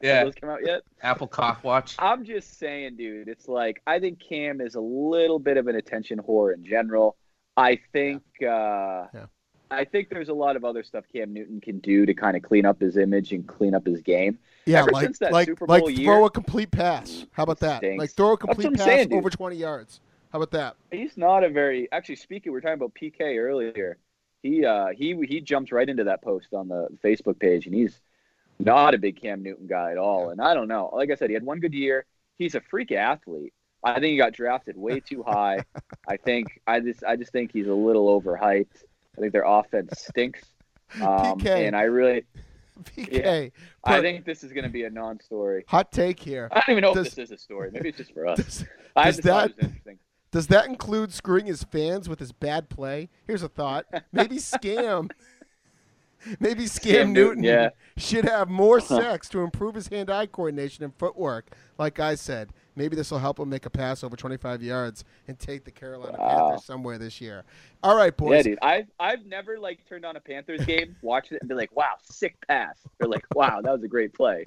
S5: yeah,
S4: those come out yet?
S5: Apple cock watch.
S4: I'm just saying, dude. It's like I think Cam is a little bit of an attention whore in general. I think uh,
S3: Yeah.
S4: I think there's a lot of other stuff Cam Newton can do to kind of clean up his image and clean up his game.
S3: Yeah,
S4: Ever
S3: like
S4: since that
S3: like
S4: Super
S3: like
S4: Bowl
S3: throw
S4: year- Mm,
S3: a complete pass. How about that?
S4: Stinks.
S3: Like throw a
S4: what
S3: complete
S4: I'm
S3: pass
S4: saying, dude.
S3: over twenty yards. How about that? (laughs)
S4: He's not a very actually speaking. We are talking about PK earlier. He uh, he he jumped right into that post on the Facebook page, and he's not a big Cam Newton guy at all. And I don't know. Like I said, he had one good year. He's a freak athlete. I think he got drafted way too
S3: (laughs)
S4: high. I think I just I just think he's a little overhyped. I think their offense
S3: (laughs)
S4: stinks. Um,
S3: PK.
S4: And I really
S3: PK.
S4: I
S3: But-
S4: think this is going to be a non-story.
S3: Hot take here. (laughs)
S4: I don't even know
S3: Does-
S4: if this is a story. Maybe it's just for
S3: (laughs)
S4: us.
S3: Does,
S4: I
S3: does
S4: just thought
S3: that-
S4: it was interesting.
S3: does that include screwing his fans with his bad play? Here's a thought.
S4: (laughs)
S3: Maybe scam. Maybe scam,
S4: Cam
S3: Newton
S4: Newton, yeah.
S3: should have more
S4: (laughs)
S3: sex to improve his hand-eye coordination and footwork. Like I said, maybe this will help him make a pass over 25 yards and take the Carolina
S4: Wow.
S3: Panthers somewhere this year. All right, boys.
S4: Yeah, dude. I've I've never like turned on a Panthers
S3: (laughs)
S4: game, watched it, and been like, "Wow, sick pass," or like, "Wow, that was a great play."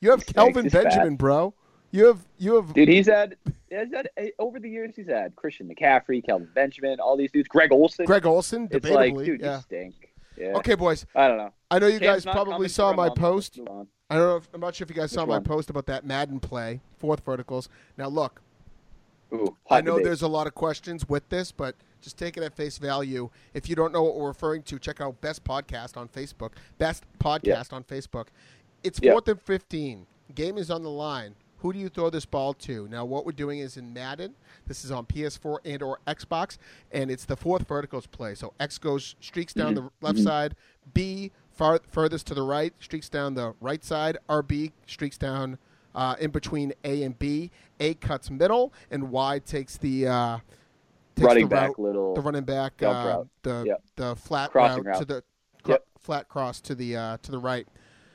S3: You have
S4: Thanks,
S3: Kelvin
S4: it's bad.
S3: Benjamin, bro. You have you have
S4: Dude, he's had, he's had eh, over the years, he's had Christian McCaffrey, Calvin Benjamin, all these dudes, Greg Olson.
S3: Greg Olson,
S4: it's
S3: debatably.
S4: like, dude,
S3: yeah.
S4: you stink. Yeah.
S3: Okay, boys.
S4: I don't know.
S3: I know you guys
S4: Cam's not
S3: probably
S4: coming
S3: saw
S4: for a
S3: my
S4: month.
S3: post.
S4: Move on.
S3: I don't know. If, I'm not sure if you guys saw
S4: Which
S3: my
S4: one?
S3: post about that Madden play, fourth verticals. Now look,
S4: Ooh,
S3: I
S4: hot
S3: know
S4: debate.
S3: there's a lot of questions with this, but just take it at face value. If you don't know what we're referring to, check out Best Podcast on Facebook. Best Podcast on Facebook. It's
S4: Yeah.
S3: fourth and 15. Game is on the line. Who do you throw this ball to? Now, what we're doing is in Madden. This is on PS4 and or Xbox, and it's the fourth verticals play. So X goes streaks down
S4: Mm-hmm.
S3: the left side. B far furthest to the right streaks down the right side. RB streaks down uh, in between A and B. A cuts middle, and Y takes the uh, takes
S4: running
S3: the
S4: back
S3: route,
S4: little.
S3: the running back,
S4: dump
S3: uh,
S4: route.
S3: the
S4: Yep.
S3: the flat
S4: Crossing
S3: route to
S4: route.
S3: the cro-
S4: Yep.
S3: flat cross to the uh, to the right.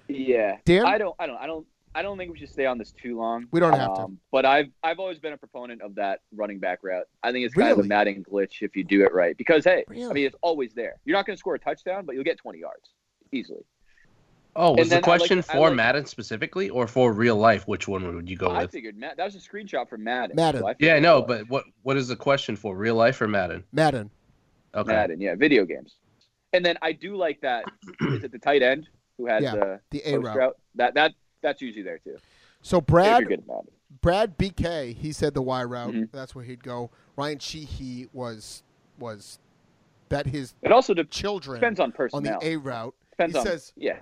S4: yeah.
S3: Dan?
S4: I don't. I don't. I don't. I don't think we should stay on this too long. Um,
S3: We don't have to.
S4: But I've I've always been a proponent of that running back route. I think it's kind of
S3: Really?
S4: a Madden glitch if you do it right because hey, I
S3: Really?
S4: mean it's always there. You're not going to score a touchdown, but you'll get 20 yards easily.
S5: Oh, was
S4: And
S5: the
S4: then I like-
S5: question
S4: I
S5: for
S4: like-
S5: Madden specifically or for real life? Which one would you go
S4: I
S5: with?
S4: figured Matt that was a screenshot from Madden.
S3: Madden.
S4: I figured
S5: Yeah, I know,
S4: it was.
S5: but what what is the question for real life or Madden?
S3: Madden.
S5: Okay.
S4: Madden, yeah, video games. And then I do like
S3: (clears throat)
S4: that. is it the tight end who has
S3: Yeah,
S4: the
S3: the A
S4: post
S3: route.
S4: route? That that that's usually there too.
S3: So
S4: If
S3: Brad
S4: Oh, you're good at Madden.
S3: Brad BK he said the Y route.
S4: Mhm.
S3: That's where he'd go. Ryan Sheehy was was bet his
S4: It also de-
S3: children
S4: depends on
S3: on
S4: personnel.
S3: the A route.
S4: depends
S3: he
S4: on
S3: says
S4: yeah.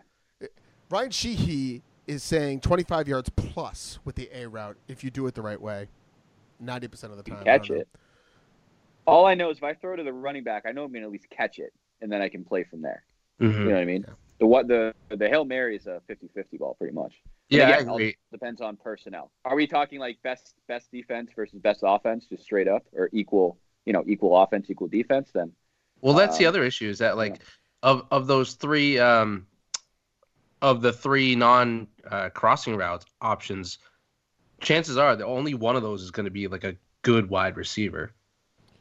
S3: Ryan Sheehy is saying 25 yards plus with the A route if you do it the right way, 90% of the time. I
S4: catch
S3: don't know.
S4: it. All I know is if I throw to the running back, I know I'm going to at least catch it, and then I can play from there.
S5: Mm-hmm.
S4: You know what I mean?
S3: Hmm. Yeah.
S4: The what the the hail mary is a 50-50 ball, pretty much.
S5: Yeah,
S4: And
S5: I
S4: again, all
S5: agree.
S4: Depends on personnel. Are we talking like best best defense versus best offense, just straight up, or equal? You know, equal offense, equal defense. Then
S5: Well, that's the
S4: Um,
S5: other issue is that like
S4: yeah.
S5: of of those three um of the three non uh, crossing route options, chances are that only one of those is going to be like a good wide receiver.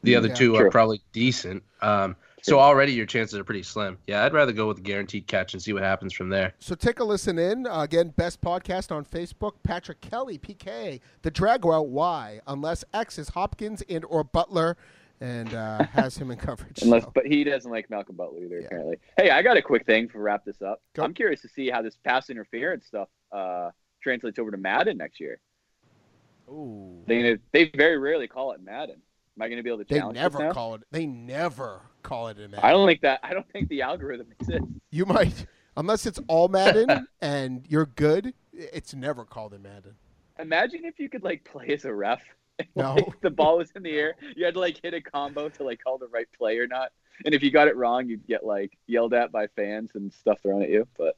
S5: The other
S3: Yeah.
S5: two are
S4: True.
S5: probably decent. Um, so
S4: True.
S5: already your chances are pretty slim. Yeah, I'd rather go with the guaranteed catch and see what happens from there.
S3: So take a listen in. Uh, again, best podcast on Facebook. Patrick Kelly, PK, the drag route. Why? Unless X is Hopkins and or Butler, and uh, has him in coverage.
S4: (laughs) Unless,
S3: So,
S4: but he doesn't like Malcolm Butler either.
S3: Yeah.
S4: Apparently. Hey, I got a quick thing to wrap this up.
S3: Go.
S4: I'm curious to see how this pass interference stuff uh, translates over to Madden next year.
S3: Ooh.
S4: They they very rarely call it Madden. Am I going to be able to
S3: They
S4: challenge this
S3: never
S4: now?
S3: call it. They never call it an.
S4: I don't think that. I don't think the algorithm exists.
S3: You might, unless it's all Madden (laughs) and you're good. It's never called a Madden.
S4: Imagine if you could like play as a ref. (laughs)
S3: No.
S4: Like, the ball was in the air. You had to like hit a combo to like call the right play or not. And if you got it wrong, you'd get like yelled at by fans and stuff thrown at you. But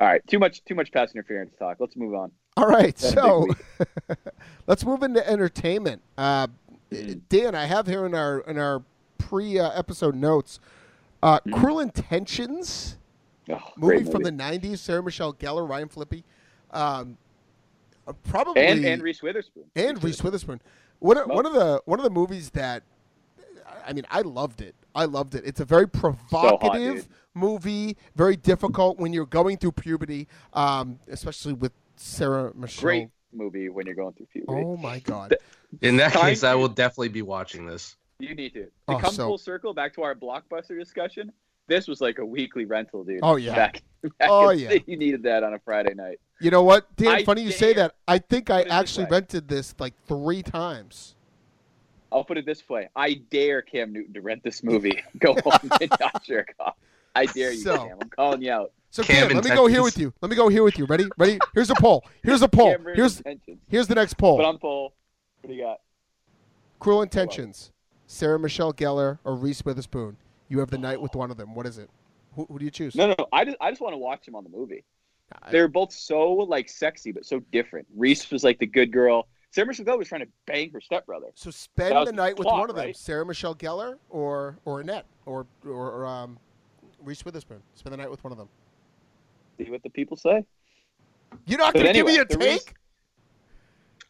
S4: all right, too much too much pass interference talk. Let's move on.
S3: All right,
S4: That's a big
S3: so
S4: week.
S3: (laughs) let's move into entertainment. Uh,
S4: Mhm.
S3: Dan, I have here in our in our pre uh, episode notes, uh, "Cruel Intentions."
S4: Oh,
S3: movie,
S4: Mm. great
S3: from the
S4: movie.
S3: '90s, Sarah Michelle Gellar, Ryan Flippy, um, uh, probably
S4: and and Reese Witherspoon.
S3: and Reese Witherspoon. One of, one of the one of the movies that I mean, I loved it. I loved it. It's a very provocative
S4: dude.
S3: movie, very difficult when you're going through puberty, um, especially with Sarah Michelle.
S4: Great movie when you're going through puberty.
S3: Oh my God!
S5: In that
S4: Fine.
S5: case, I will definitely be watching this.
S4: You need to. To
S3: Oh,
S4: come
S3: so-
S4: full circle back to our blockbuster discussion, this was like a weekly rental, dude.
S3: Oh, yeah.
S4: Back, (laughs) back
S3: Oh,
S4: in-
S3: yeah.
S4: You needed that on a Friday night.
S3: You know what, Dan?
S4: I
S3: funny you say
S4: dare-
S3: that. I think I
S4: Put it this
S3: actually
S4: way.
S3: rented this like three times.
S4: I'll put it this way: I dare Cam Newton to rent
S3: (laughs)
S4: this movie. Go home and (laughs) not jerk off. I dare you,
S3: So-
S4: Cam. I'm calling you out.
S3: So
S5: Cam
S3: Cam,
S5: in
S3: let me go here
S5: Texas.
S3: with you. Let me go here with you. Ready? Ready? Here's a poll. Here's a poll.
S4: (laughs) Cam ruined
S3: Here's
S4: intentions.
S3: here's the next
S4: But
S3: poll.
S4: I'm full. What do you got?
S3: Cruel Intentions. Sarah Michelle Gellar or Reese Witherspoon. You have the night with one of them. What is it? Who, who do you choose?
S4: No, no, no. I just, I just want to watch him on the movie.
S3: I-
S4: They're both so like sexy, but so different. Reese was like the good girl. Sarah Michelle Gellar was trying to bang her stepbrother.
S3: So
S4: That
S3: spend
S4: was
S3: the
S4: the
S3: night with
S4: plot,
S3: one of them,
S4: right?
S3: Sarah Michelle Gellar or or Annette or or um, Reese Witherspoon. Spend the night with one of them.
S4: See what the people say.
S3: You're not
S4: But
S3: gonna give me a
S4: anyway,
S3: take?
S4: the Reese-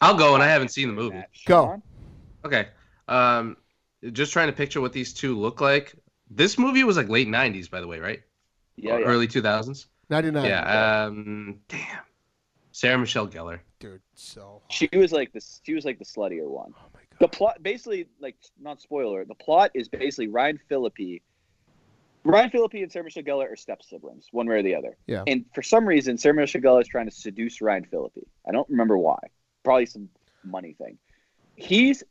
S5: I'll go, and I haven't seen the movie.
S3: Go.
S4: Sean?
S5: Okay. Um, just trying to picture what these two look like. This movie was like late '90s, by the way, right?
S4: Yeah,
S5: Or
S4: yeah.
S5: Early 2000s.
S3: Ninety nine.
S5: Yeah. Um, damn. Sarah Michelle Gellar.
S3: Dude, so hot.
S4: She was like this. She was like the sluttier one.
S3: oh my god.
S4: the plot basically like not spoiler the plot is basically ryan philippi ryan philippi and sarah michelle gellar are step siblings one way or the other
S3: Yeah.
S4: and for some reason sarah michelle gellar is trying to seduce ryan philippi i don't remember why probably some money thing he's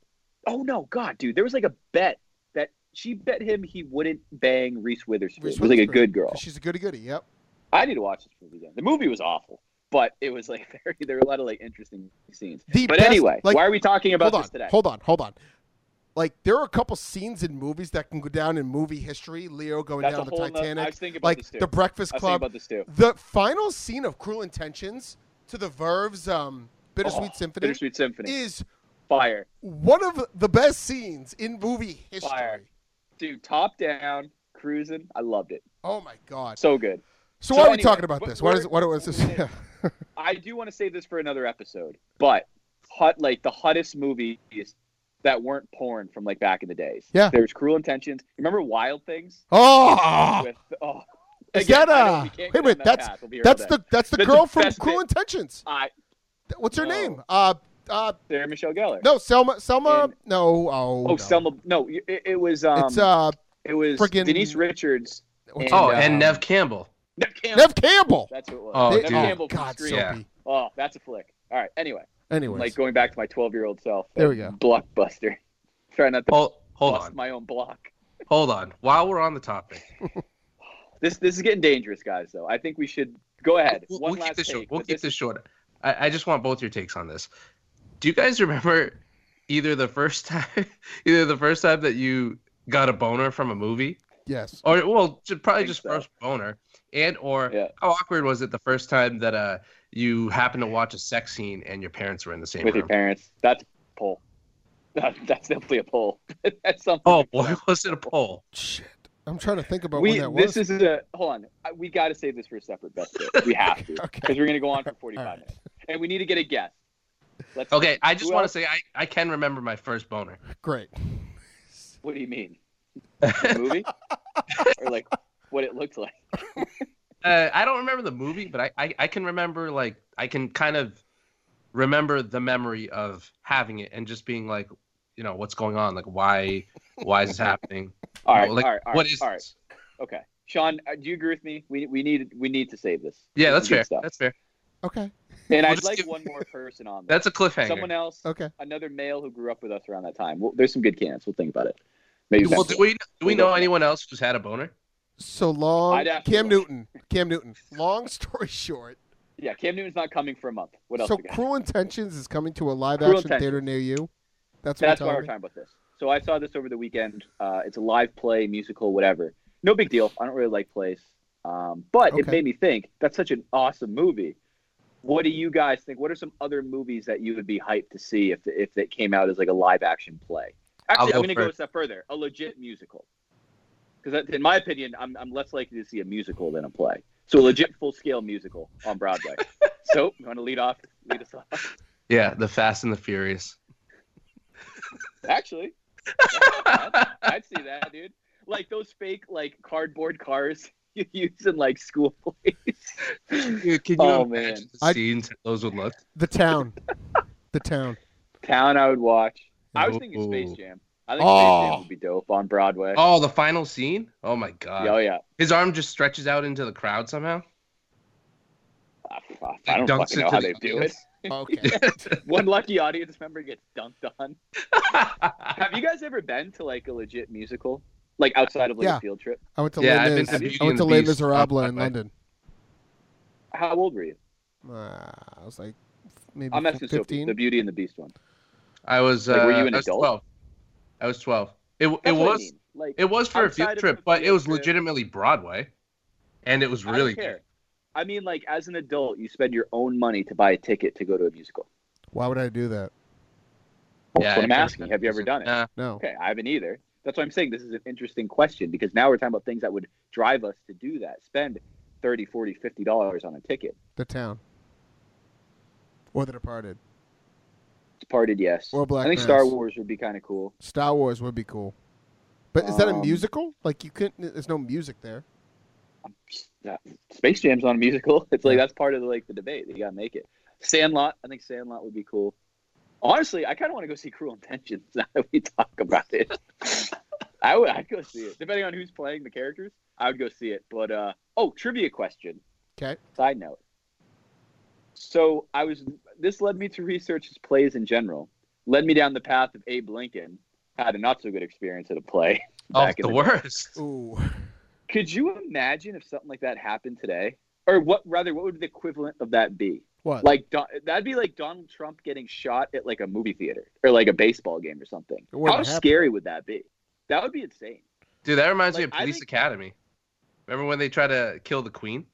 S4: oh no god dude there was like a bet that she bet him he wouldn't bang reese witherspoon
S3: Reese
S4: she was like a
S3: Witherspoon.
S4: good girl
S3: She's a goody goody. Yep.
S4: i need to watch this movie again the movie was awful but it was like (laughs) very there were a lot of like interesting scenes
S3: The
S4: but
S3: best-
S4: anyway
S3: like-
S4: why are we talking about
S3: hold on,
S4: this today
S3: Hold on, hold on. Like there are a couple scenes in movies that can go down in movie history. Leo going
S4: That's
S3: down to
S4: a whole
S3: the
S4: nother- I
S3: Titanic,
S4: was thinking about
S3: like
S4: this too.
S3: the Breakfast
S4: I was thinking
S3: Club.
S4: about this too.
S3: The final scene of Cruel Intentions to the Verve's um, Bittersweet
S4: Oh,
S3: Symphony
S4: Bittersweet Symphony.
S3: is
S4: Fire.
S3: one of the best scenes in movie history.
S4: Fire. Dude, top down, cruising. I loved it.
S3: Oh my god! So,
S4: So good. so
S3: why are we
S4: anyway,
S3: talking about
S4: but
S3: this? Why does
S4: we're-
S3: why do was this?
S4: (laughs)
S3: (laughs)
S4: we're- I do want to save this for another episode, but hot like the hottest movies that weren't porn from like back in the days.
S3: Yeah.
S4: There was Cruel Intentions. Remember Wild Things?
S3: oh,
S4: With oh
S3: Is
S4: again,
S3: that,
S4: I know
S3: uh,
S4: we can't
S3: wait a
S4: go down
S3: minute,
S4: that
S3: that's-
S4: path. We'll be here all
S3: that's
S4: day.
S3: the that's the
S4: That's
S3: girl
S4: the
S3: from
S4: best
S3: Cruel
S4: bit.
S3: Intentions.
S4: I
S3: Th- What's her
S4: No.
S3: name? Uh, uh,
S4: Sarah Michelle Gellar.
S3: no, Selma, Selma,
S4: And-
S3: no, oh,
S4: Oh,
S3: no.
S4: Selma. No, it, it was um,
S3: it's uh,
S4: it was
S3: friggin-
S4: Denise Richards.
S3: what's
S4: And,
S5: Oh,
S4: uh,
S5: and Nev Campbell.
S4: Nev Campbell.
S3: Nev Campbell.
S4: That's who it was.
S5: Oh,
S4: Nev
S5: dude.
S4: Campbell from
S3: God,
S4: Scream.
S5: Yeah.
S3: Soapy.
S4: Oh, that's a flick. All right. Anyway,
S3: Anyways,
S4: like going back to my 12 year old self.
S3: There we go.
S4: Blockbuster. (laughs) Try not to
S5: Hold, hold
S4: bust
S5: on.
S4: my own block.
S5: Hold on. While we're on the topic,
S4: This this is getting dangerous, guys. Though I think we should go ahead.
S5: we'll,
S4: One
S5: we'll
S4: last
S5: keep this
S4: take,
S5: short. We'll
S4: but
S5: keep this short. I, I just want both your takes on this. Do you guys remember either the first (laughs) time, either the first time that you got a boner from a movie,
S3: Yes.
S5: or well, ju- probably
S4: Think
S5: just
S4: so.
S5: first boner, and or
S4: Yeah.
S5: how awkward was it the first time that uh you happened to watch a sex scene and your parents were in the same
S4: with
S5: room?
S4: your parents. That's a poll. That, (laughs) that's definitely a poll. (laughs) that's something.
S5: Oh boy, (laughs) was it a poll?
S3: Shit. I'm trying to think about
S4: we
S3: when that was.
S4: this is a hold on. I- We got to save this for a separate best bit. We have to
S3: okay.
S4: because we're gonna go on for
S3: (laughs)
S4: forty
S3: All right.
S4: five minutes, and we need to get a guest. Let's,
S5: Okay, I just
S4: Who
S5: want to
S4: else?
S5: say I, I can remember my first boner.
S3: Great.
S4: What do you
S5: (laughs)
S4: mean? The movie or like what it looked like?
S5: Uh, I don't remember the movie, but I, I, I can remember like I can kind of remember the memory of having it and just being like, you know, what's going on? Like why why is this happening?
S4: All right,
S5: You know,
S4: (laughs)
S5: like,
S4: all right, all right,
S5: what is
S4: all right.
S5: this?
S4: Okay, Sean, uh, do you agree with me? We we need we need to save this.
S5: Yeah,
S4: This
S5: that's
S4: is good
S5: fair.
S4: stuff.
S5: That's fair.
S3: Okay.
S4: And
S5: We'll
S4: I'd
S5: just
S4: like
S5: give- (laughs)
S4: one more person on. This.
S5: That's a cliffhanger.
S4: someone else.
S3: Okay.
S4: another male who grew up with us around that time. Well, there's some good candidates. We'll think about it. Maybe
S5: well,
S4: next
S5: do
S4: one.
S5: we do we know anyone else who's had a boner?
S3: So long.
S4: I'd have to
S3: Cam
S4: look.
S3: Newton. Cam Newton. Long story (laughs) short.
S4: yeah, Cam Newton's not coming for a month. What else?
S3: So
S4: we got?
S3: Cruel Intentions is coming to a live
S4: Cruel
S3: action theater near you. That's what
S4: That's
S3: you're
S4: why
S3: telling
S4: we're
S3: me?
S4: talking about this. So I saw this over the weekend. Uh, it's a live play, musical, whatever. No big deal. I don't really like plays, um, but it
S3: Okay.
S4: made me think. That's such an awesome movie. What do you guys think? What are some other movies that you would be hyped to see if if it came out as like a live action play? Actually,
S5: go
S4: I'm going to go a
S5: first.
S4: step further. A legit musical, because in my opinion, I'm I'm less likely to see a musical than a play. So a legit full scale musical
S3: (laughs)
S4: on Broadway. so you want to lead off? Lead us off.
S5: Yeah, the Fast and the Furious. (laughs)
S4: Actually, I'd see that, dude. Like those fake like cardboard cars (laughs) you use in like school (laughs) plays.
S5: Dude, can you
S4: Oh,
S5: imagine
S4: man.
S5: the
S3: I-
S5: scenes that those would look?
S3: The
S4: (laughs)
S3: town. the town.
S4: Town I would watch. I was thinking
S5: Ooh.
S4: Space Jam. I think Space
S3: Oh.
S4: Jam would be dope on Broadway.
S5: Oh, the final scene? Oh my god.
S4: Yeah, oh yeah.
S5: His arm just stretches out into the
S4: (laughs)
S5: crowd somehow.
S4: I, I don't
S5: Dunks
S4: fucking know
S5: into
S4: how they
S5: the
S4: do it.
S5: audience. (laughs)
S3: Oh, Okay.
S4: One lucky audience member gets dunked on. Have you guys ever been to like a legit musical? Like outside of like
S3: Yeah.
S4: a field trip?
S3: I went to Les
S5: Yeah, I've been
S3: Mis-
S5: to Beauty
S3: I went
S5: and
S3: to
S5: the
S3: Les
S5: Beast.
S3: Miserables
S5: (laughs) Oh,
S3: in
S5: my-
S3: London.
S4: How old were you?
S3: Uh, I was like maybe
S4: I'm asking Sophie,
S3: 15.
S4: the Beauty and the Beast one.
S5: I was.
S4: Like, were
S5: uh,
S4: you an
S5: I was
S4: adult?
S5: Twelve. I was twelve. It it
S4: That's what I
S5: was
S4: mean. like
S5: it was for a
S4: Outside
S5: field
S4: of
S5: trip,
S4: the
S5: but it
S4: field
S5: was
S4: trip.
S5: legitimately Broadway, and it was
S4: I don't
S5: really
S4: care.
S5: good.
S4: I mean, like as an adult, you spend your own money to buy a ticket to go to a musical.
S3: Why would I do that?
S5: Yeah,
S4: That's what I'm
S5: it-
S4: asking. Have you ever done it?
S5: Nah.
S3: No.
S4: Okay, I haven't either. That's why I'm saying this is an interesting question because now we're talking about things that would drive us to do that. Spend 30, 40, 50 dollars on a ticket.
S3: The town. Or The Departed.
S4: It's parted, yes.
S3: Or Black
S4: I think
S3: Mass.
S4: Star Wars would be kind of cool.
S3: Star Wars would be cool. But is that a
S4: Um,
S3: musical? Like you couldn't there's no music there.
S4: Yeah, Space Jam's not a musical. (laughs) It's like
S3: Yeah.
S4: that's part of the, like the debate. You gotta make it. Sandlot. I think Sandlot would be cool. Honestly, I kind of want to go see Cruel Intentions (laughs) now that we talk about it. (laughs) I would. I'd go see it. Depending on who's playing the characters, I would go see it. But uh, oh, trivia question.
S3: Okay.
S4: Side note. So I was. This led me to research his plays in general. Led me down the path of Abe Lincoln. Had a not so good experience at a play. (laughs)
S5: Oh,
S4: back in
S5: the
S4: the-
S5: worst.
S3: Ooh.
S4: Could you imagine if something like that happened today? Or what rather, what would the equivalent of that be?
S3: (laughs) What?
S4: Like Don, that'd be like Donald Trump getting shot at like a movie theater or like a baseball game or something.
S3: It wouldn't
S4: How
S3: happen.
S4: scary would that be? That would be insane.
S5: Dude, that reminds me
S4: Like,
S5: of
S4: I
S5: Police
S4: think-
S5: Academy. Remember when they tried to kill the Queen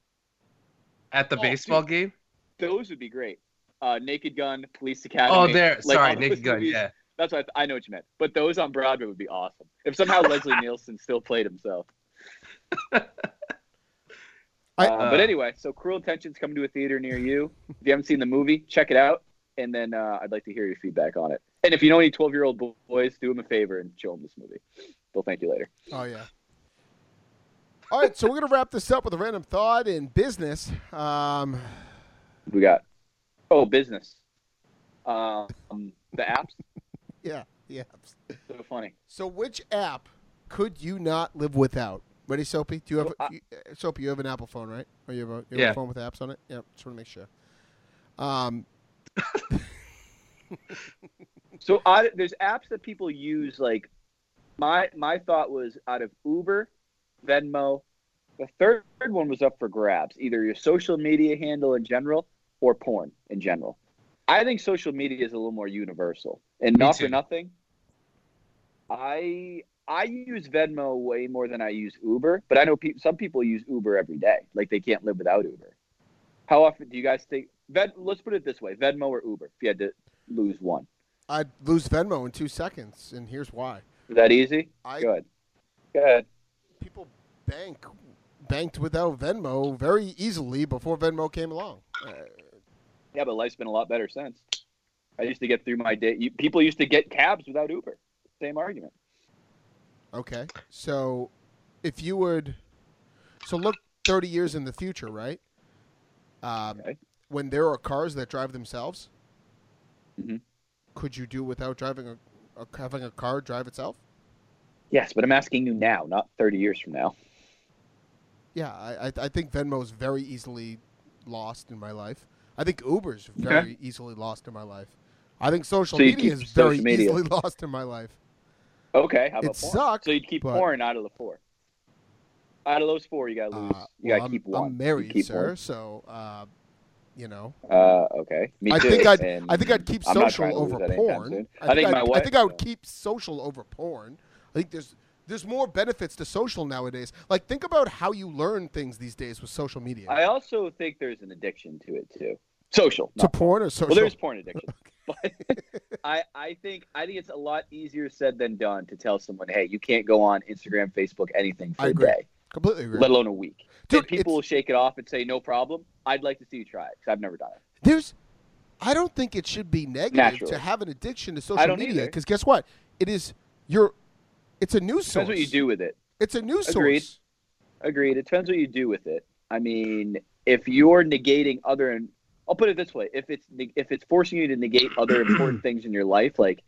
S5: at the
S4: Oh,
S5: baseball
S4: dude.
S5: game?
S4: Those would be great. Uh, Naked Gun, Police Academy.
S5: Oh, there.
S4: Like,
S5: Sorry,
S4: all those
S5: Naked Gun.
S4: movies-
S5: Yeah.
S4: That's what I, th- I know what you meant. But those on Broadway would be awesome. If somehow Leslie Nielsen still played himself.
S3: I-
S4: Uh, but anyway, so Cruel Intentions coming to a theater near you. If you haven't seen the movie, check it out, and then uh, I'd like to hear your feedback on it. And if you know any twelve-year-old bo- boys, do them a favor and show them this movie. They'll thank you later.
S3: Oh yeah. All right, so we're gonna wrap this up with a random thought in business. Um,
S4: We got oh business, um, the apps.
S3: yeah, yeah.
S4: So funny.
S3: So, which app could you not live without? Ready, Soapy? Do you have
S4: Well, I-
S3: you, uh, Soapy? You have an Apple phone, right? Or you have a, you have
S5: Yeah.
S3: a phone with apps on it? Yeah, just want to make sure. Um,
S4: So I, there's apps that people use like my my thought was out of Uber, Venmo, the third one was up for grabs. Either your social media handle in general or porn in general. I think social media is a little more universal. And
S5: Me
S4: not
S5: too.
S4: for nothing. I I use Venmo way more than I use Uber, but I know pe- some people use Uber every day. Like they can't live without Uber. How often do you guys think? Ven- let's put it this way: Venmo or Uber. If you had to lose one,
S3: I'd lose Venmo in two seconds, and here's why.
S4: is that easy?
S3: I
S4: Good. Good.
S3: people bank banked without Venmo very easily before Venmo came along. Uh,
S4: Yeah, but life's been a lot better since. I used to get through my day. You, people used to get cabs without Uber. Same argument.
S3: okay, so if you would, so look thirty years in the future, right? Um,
S4: Okay.
S3: When there are cars that drive themselves,
S4: Mhm.
S3: could you do without driving a, a having a car drive itself?
S4: Yes, but I'm asking you now, not 30 years from now.
S3: Yeah, I I, I think Venmo is very easily lost in my life. I think Uber's very easily lost in my life. I think social
S4: So you
S3: media
S4: keep
S3: is very (laughs)
S4: social media.
S3: easily lost in my life.
S4: Okay, how about
S3: It
S4: porn?
S3: sucked,
S4: so you'd keep
S3: but-
S4: porn out of the four. Out of those four, you gotta
S3: Uh,
S4: lose. you
S3: well,
S4: gotta
S3: I'm,
S4: keep one.
S3: I'm
S4: You
S3: married,
S4: keep
S3: sir.
S4: one.
S3: So, uh, you know,
S4: Uh, okay, me
S3: I
S4: too.
S3: think I'd
S4: and
S3: I think I'd keep
S4: I'm not
S3: social
S4: trying to lose
S3: over
S4: that anytime
S3: porn.
S4: soon. I think
S3: I'd-
S4: my
S3: I
S4: wife-
S3: think I would keep social over porn. I think there's there's more benefits to social nowadays. Like think about how you learn things these days with social media.
S4: I also think there's an addiction to it too. Social.
S3: to
S4: not
S3: porn or social.
S4: Well, there's porn addiction,
S3: (laughs)
S4: but I I think I think it's a lot easier said than done to tell someone, hey, you can't go on Instagram, Facebook, anything for
S3: I
S4: a
S3: agree.
S4: day,
S3: Completely agree.
S4: let alone a week.
S3: Dude,
S4: and people will shake it off and say, no problem. I'd like to see you try it because I've never done it.
S3: There's, I don't think it should be negative
S4: Naturally.
S3: to have an addiction to social
S4: don't
S3: media
S4: either.
S3: because guess what? It is your, it's a news source.
S4: Depends what you do with it.
S3: It's a news
S4: Agreed.
S3: source.
S4: Agreed. It depends what you do with it. I mean, if you're negating other, and I'll put it this way: if it's neg- if it's forcing you to negate
S3: (clears throat)
S4: other important things in your life, like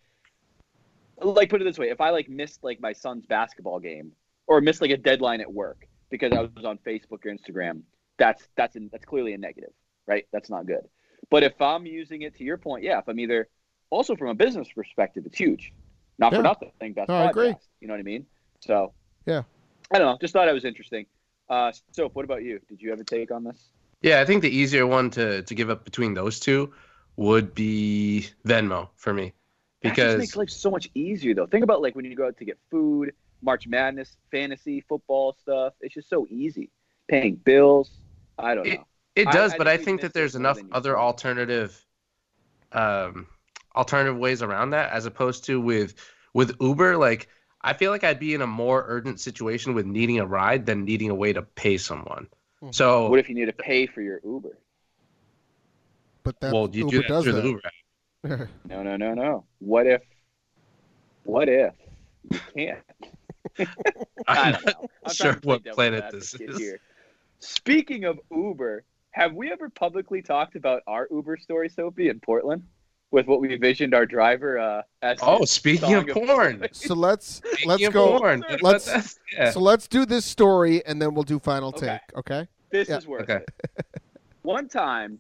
S4: like put it this way: if I like missed like my son's basketball game or missed like a deadline at work because I was on Facebook or Instagram, that's that's an, that's clearly a negative, right? That's not good. But if I'm using it to your point, yeah, if I'm either also from a business perspective, it's huge. Not
S3: Yeah.
S4: for nothing. Best
S3: No, I
S4: podcast,
S3: agree.
S4: You know what I mean? So
S3: Yeah.
S4: I don't know. Just thought it was interesting. Uh, so, what about you? Did you have a take on this?
S5: Yeah, I think the easier one to to give up between those two would be Venmo for me,
S4: That just
S5: because
S4: makes life so much easier, though. Think about like when you go out to get food, March Madness, fantasy football stuff. It's just so easy. Paying bills. I don't know.
S5: it
S4: I-
S5: does.
S4: I
S5: but
S4: think
S5: I
S4: we
S5: think that
S4: missed it
S5: there's
S4: more
S5: enough
S4: than you
S5: other
S4: think.
S5: alternative, um, alternative ways around that as opposed to with with Uber. Like I feel like I'd be in a more urgent situation with needing a ride than needing a way to pay someone.
S3: Mhm.
S5: So
S4: What if you need to pay for your Uber?
S3: But that
S5: well, you
S3: Uber
S5: do that
S3: does
S5: through
S3: that.
S5: the Uber app.
S4: No, no, no, no. What if? What if you
S5: (laughs)
S4: can't? I
S5: I'm
S4: don't know. I'm trying
S5: sure
S4: to play
S5: what
S4: devil's
S5: planet this
S4: advocate
S5: is.
S4: here. Speaking of Uber, have we ever publicly talked about our Uber story, Sophie, in Portland, with what we envisioned our driver uh, as?
S5: (laughs) Oh,
S4: his
S5: speaking
S4: song
S5: of porn,
S3: So
S4: (laughs)
S3: let's let's
S5: Speaking of
S3: go.
S5: porn,
S3: let's-
S5: that's- (laughs) yeah.
S3: So let's do this story and then we'll do final
S4: Okay.
S3: take. Okay.
S4: This
S3: Yeah.
S4: is worth
S5: Okay.
S4: it. One time,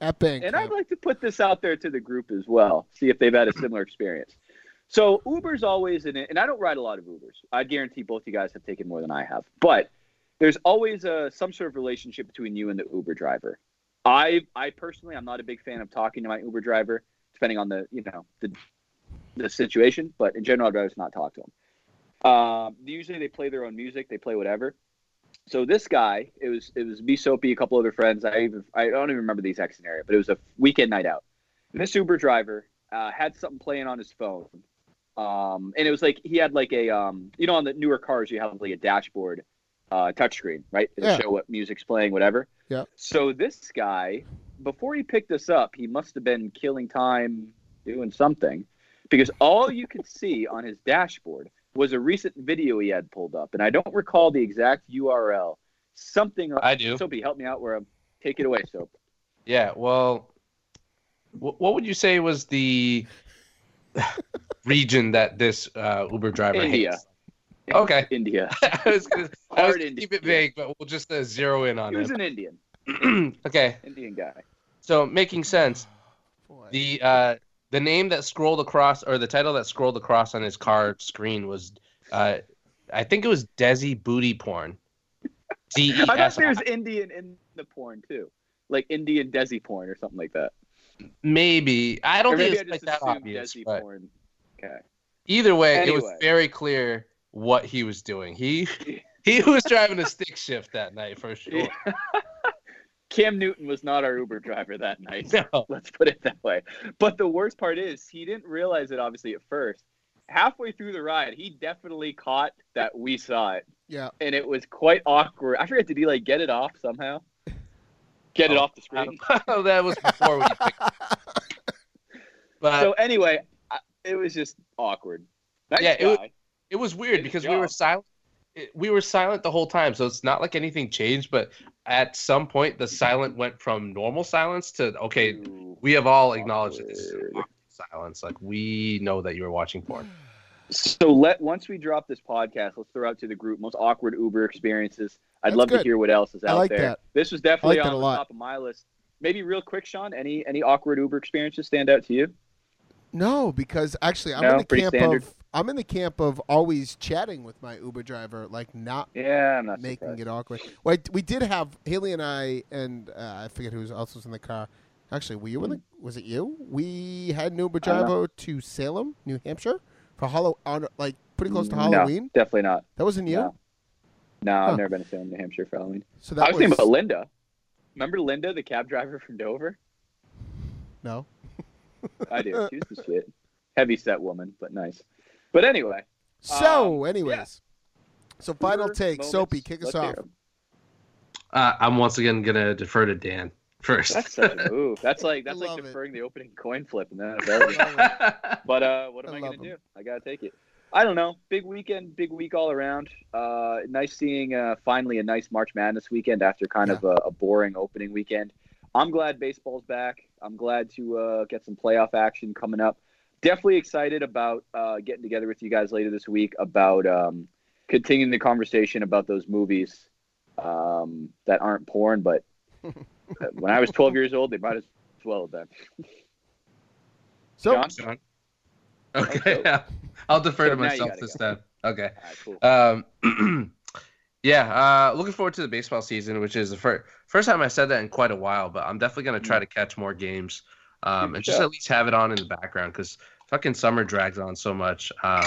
S3: At bank.
S4: and I'd like to put this out there to the group as well, see if they've had a similar experience. So Uber's always in it, and I don't ride a lot of Ubers. I guarantee both you guys have taken more than I have, but there's always a, some sort of relationship between you and the Uber driver. I I personally I'm not a big fan of talking to my Uber driver, depending on the you know the the situation, but in general I'd rather just not talk to him. Um, usually they play their own music, they play whatever. So this guy, it was it was me, Soapy, a couple other friends. I even I don't even remember the exact scenario, but it was a weekend night out. And this Uber driver uh, had something playing on his phone, um, and it was like he had like a um, you know on the newer cars you have like a dashboard uh, touchscreen, right? It'll
S3: Yeah.
S4: show what music's playing, whatever.
S3: Yeah.
S4: So this guy, before he picked us up, he must have been killing time doing something, because all you could (laughs) see on his dashboard was a recent video he had pulled up, and I don't recall the exact URL. Something.
S5: I do.
S4: Soapy, help me out. Where I'm. Take it away, Soap.
S5: Yeah, well, wh- what would you say was the region that this uh, Uber driver
S4: India.
S5: hates? Okay, (laughs)
S4: India.
S5: I was gonna I was
S4: Hard
S5: gonna
S4: India.
S5: keep it vague, but we'll just uh, zero in on
S4: He was an
S5: it.
S4: Indian.
S5: (clears throat) okay,
S4: Indian guy.
S5: so making sense,
S3: Boy.
S5: the uh, the name that scrolled across or the title that scrolled across on his car screen was Uh, I think it was Desi booty porn. D
S4: (laughs)
S5: E
S4: I thought
S5: S.
S4: there's Indian in the porn too, like Indian Desi porn or something like that.
S5: Maybe I don't
S4: Or
S5: think
S4: maybe
S5: it's
S4: I
S5: like
S4: just
S5: that
S4: assumed
S5: obvious.
S4: Desi
S5: but-
S4: porn. Okay.
S5: Either way, it was
S4: Anyway.
S5: very clear what he was doing. He (laughs) he was driving a stick shift that night for sure.
S4: (laughs) Cam Newton was not our Uber driver that night. (laughs)
S5: (laughs) No.
S4: Let's put it that way. But the worst part is he didn't realize it obviously at first. Halfway through the ride, he definitely caught that we saw it,
S3: Yeah.
S4: and it was quite awkward. I forget did he like get it off somehow? Get it
S5: Oh,
S4: off the screen.
S5: that was before we
S4: (laughs)
S5: picked. But
S4: So anyway, I, it was just awkward. Nice
S5: Yeah, it was-
S4: guy.
S5: it was weird
S4: Good
S5: because we were
S4: job.
S5: silent. It, we were silent the whole time, so it's not like anything changed. But at some point, the silent went from normal silence to okay.
S4: Ooh.
S5: We have all acknowledged that this is
S4: Awkward.
S5: awkward silence. Like we know that you were watching porn.
S4: So let once we drop this podcast, let's throw out to the group most awkward Uber experiences. I'd
S3: That's
S4: love to
S3: good.
S4: hear what else is
S3: I
S4: out
S3: like
S4: there.
S3: that.
S4: This was definitely
S3: I like that
S4: on
S3: a
S4: the
S3: lot.
S4: top of my list. Maybe real quick, Sean. Any any awkward Uber experiences stand out to you?
S3: No, because actually, I'm
S4: No,
S3: in the
S4: pretty
S3: camp
S4: standard.
S3: of I'm in the camp of always chatting with my Uber driver, like not
S4: Yeah, I'm not
S3: making
S4: surprised.
S3: it awkward. Well, I- we did have Haley and I, and uh, I forget who was- else was in the car. Actually, were you in the? Was it you? We had an Uber
S4: I don't
S3: driver to Salem, New Hampshire, for Hollow on like pretty close to
S4: No,
S3: Halloween.
S4: definitely not.
S3: That wasn't you.
S4: No, no I've
S3: Huh.
S4: never been to Salem, New Hampshire for Halloween.
S3: So
S4: I
S3: that
S4: was thinking about Linda. Remember Linda, the cab driver from Dover?
S3: no.
S4: I do. She
S3: (laughs)
S4: was the shit. Heavy set woman, but nice. But anyway,
S3: So, anyways, so final
S4: Uber
S3: take,
S4: Um, moments.
S3: Soapy, kick us
S4: Let's
S3: off.
S4: hear 'em.
S5: Uh, I'm once again gonna defer to Dan first.
S4: That's such a move. That's like that's
S3: Love
S4: like
S3: it.
S4: deferring the opening coin flip and then a belly.
S5: (laughs)
S4: But uh, what am
S3: I
S4: I,
S3: love
S4: gonna
S3: 'em.
S4: do? I gotta take it. I don't know. Big weekend, big week all around. Uh, nice seeing uh, finally a nice March Madness weekend after kind of a, a boring opening weekend. I'm glad baseball's back. I'm glad to uh, get some playoff action coming up. Definitely excited about uh, getting together with you guys later this week about um, continuing the conversation about those movies um, that aren't
S3: (laughs)
S4: porn, but when I was 12 years old, they might as well have been.
S3: So,
S4: John?
S5: John? Okay, I'll defer
S4: So
S5: to
S4: now you
S5: myself
S4: gotta
S5: this
S4: go.
S5: time. Okay.
S4: All right,
S5: Uh,
S4: cool.
S5: Um, (clears throat) yeah, uh, looking forward to the baseball season, which is the first first time I said that in quite a while. But I'm definitely gonna try to catch more games, um, and just
S4: Mm. Yeah.
S5: at least have it on in the background because fucking summer drags on so much. Um,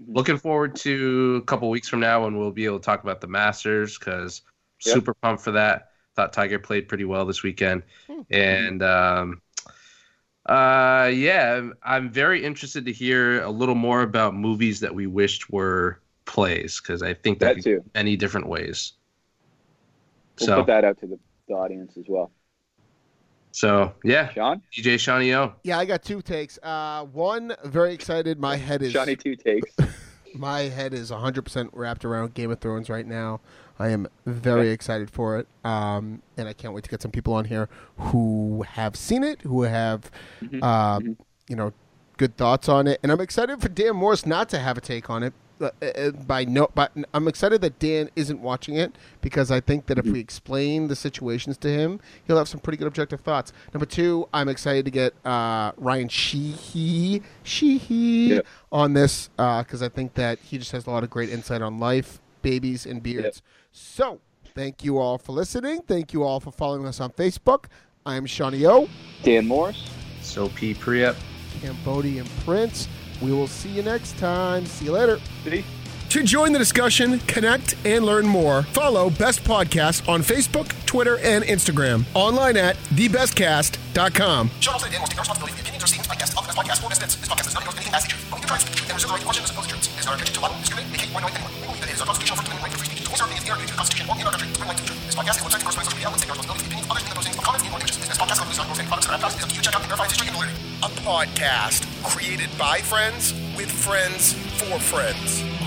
S4: Mm-hmm.
S5: looking forward to a couple weeks from now when we'll be able to talk about the Masters because
S4: Yep.
S5: super pumped for that. Thought Tiger played pretty well this weekend,
S3: Hmm.
S5: and um, uh, yeah, I'm- I'm very interested to hear a little more about movies that we wished were plays because I think that,
S4: that
S5: could
S4: too.
S5: go many different ways.
S4: We'll
S5: so,
S4: put that out to the, the audience as well.
S5: so yeah,
S4: Sean?
S5: DJ Shawnee O.
S3: yeah, I got two takes. Uh, one, very excited. My head is
S4: Johnny Two Takes.
S3: My head is 100% wrapped around Game of Thrones right now. I am very excited for it. Um, and I can't wait to get some people on here who have seen it, who have,
S4: Mhm,
S3: uh,
S4: mhm.
S3: you know, good thoughts on it. And I'm excited for Dan Morris not to have a take on it. Uh, uh, by no, but I'm excited that Dan isn't watching it because I think that if we explain the situations to him, he'll have some pretty good objective thoughts. Number two, I'm excited to get uh, Ryan Sheehy, Sheehy
S4: Yeah.
S3: on this because I think that he just has a lot of great insight on life, babies, and beards. So thank you all for listening. Thank you all for following us on Facebook. I'm Shawnee O,
S4: Dan Morris.
S5: So P Priup.
S3: Cambodian Prince. We will see you next time. See you later.
S4: See?
S1: To join the discussion, connect, and learn more, follow Best Podcast on Facebook, Twitter, and Instagram. Online at thebestcast.com.
S2: Should also Dan will take no responsibility for the opinions or statements by guests of this podcast or residents. This podcast does not endorse anything as teacher. Only deprives the and reserves the right to question and suppose truths. It is not our intention to libel, discriminate, indicate, or anoint anyone. We believe that it is our constitutional First Amendment right to free speech to voice our opinions in our to the Constitution or in our country. We like to the truth. This podcast is website endorsed by social media outlets. Take no responsibility for the opinions others in the posting of comments and or images. This podcast includes non-gross products that are advertised. It is up to you to check out and verify its history and validity.
S1: A podcast created by friends, with friends, for friends.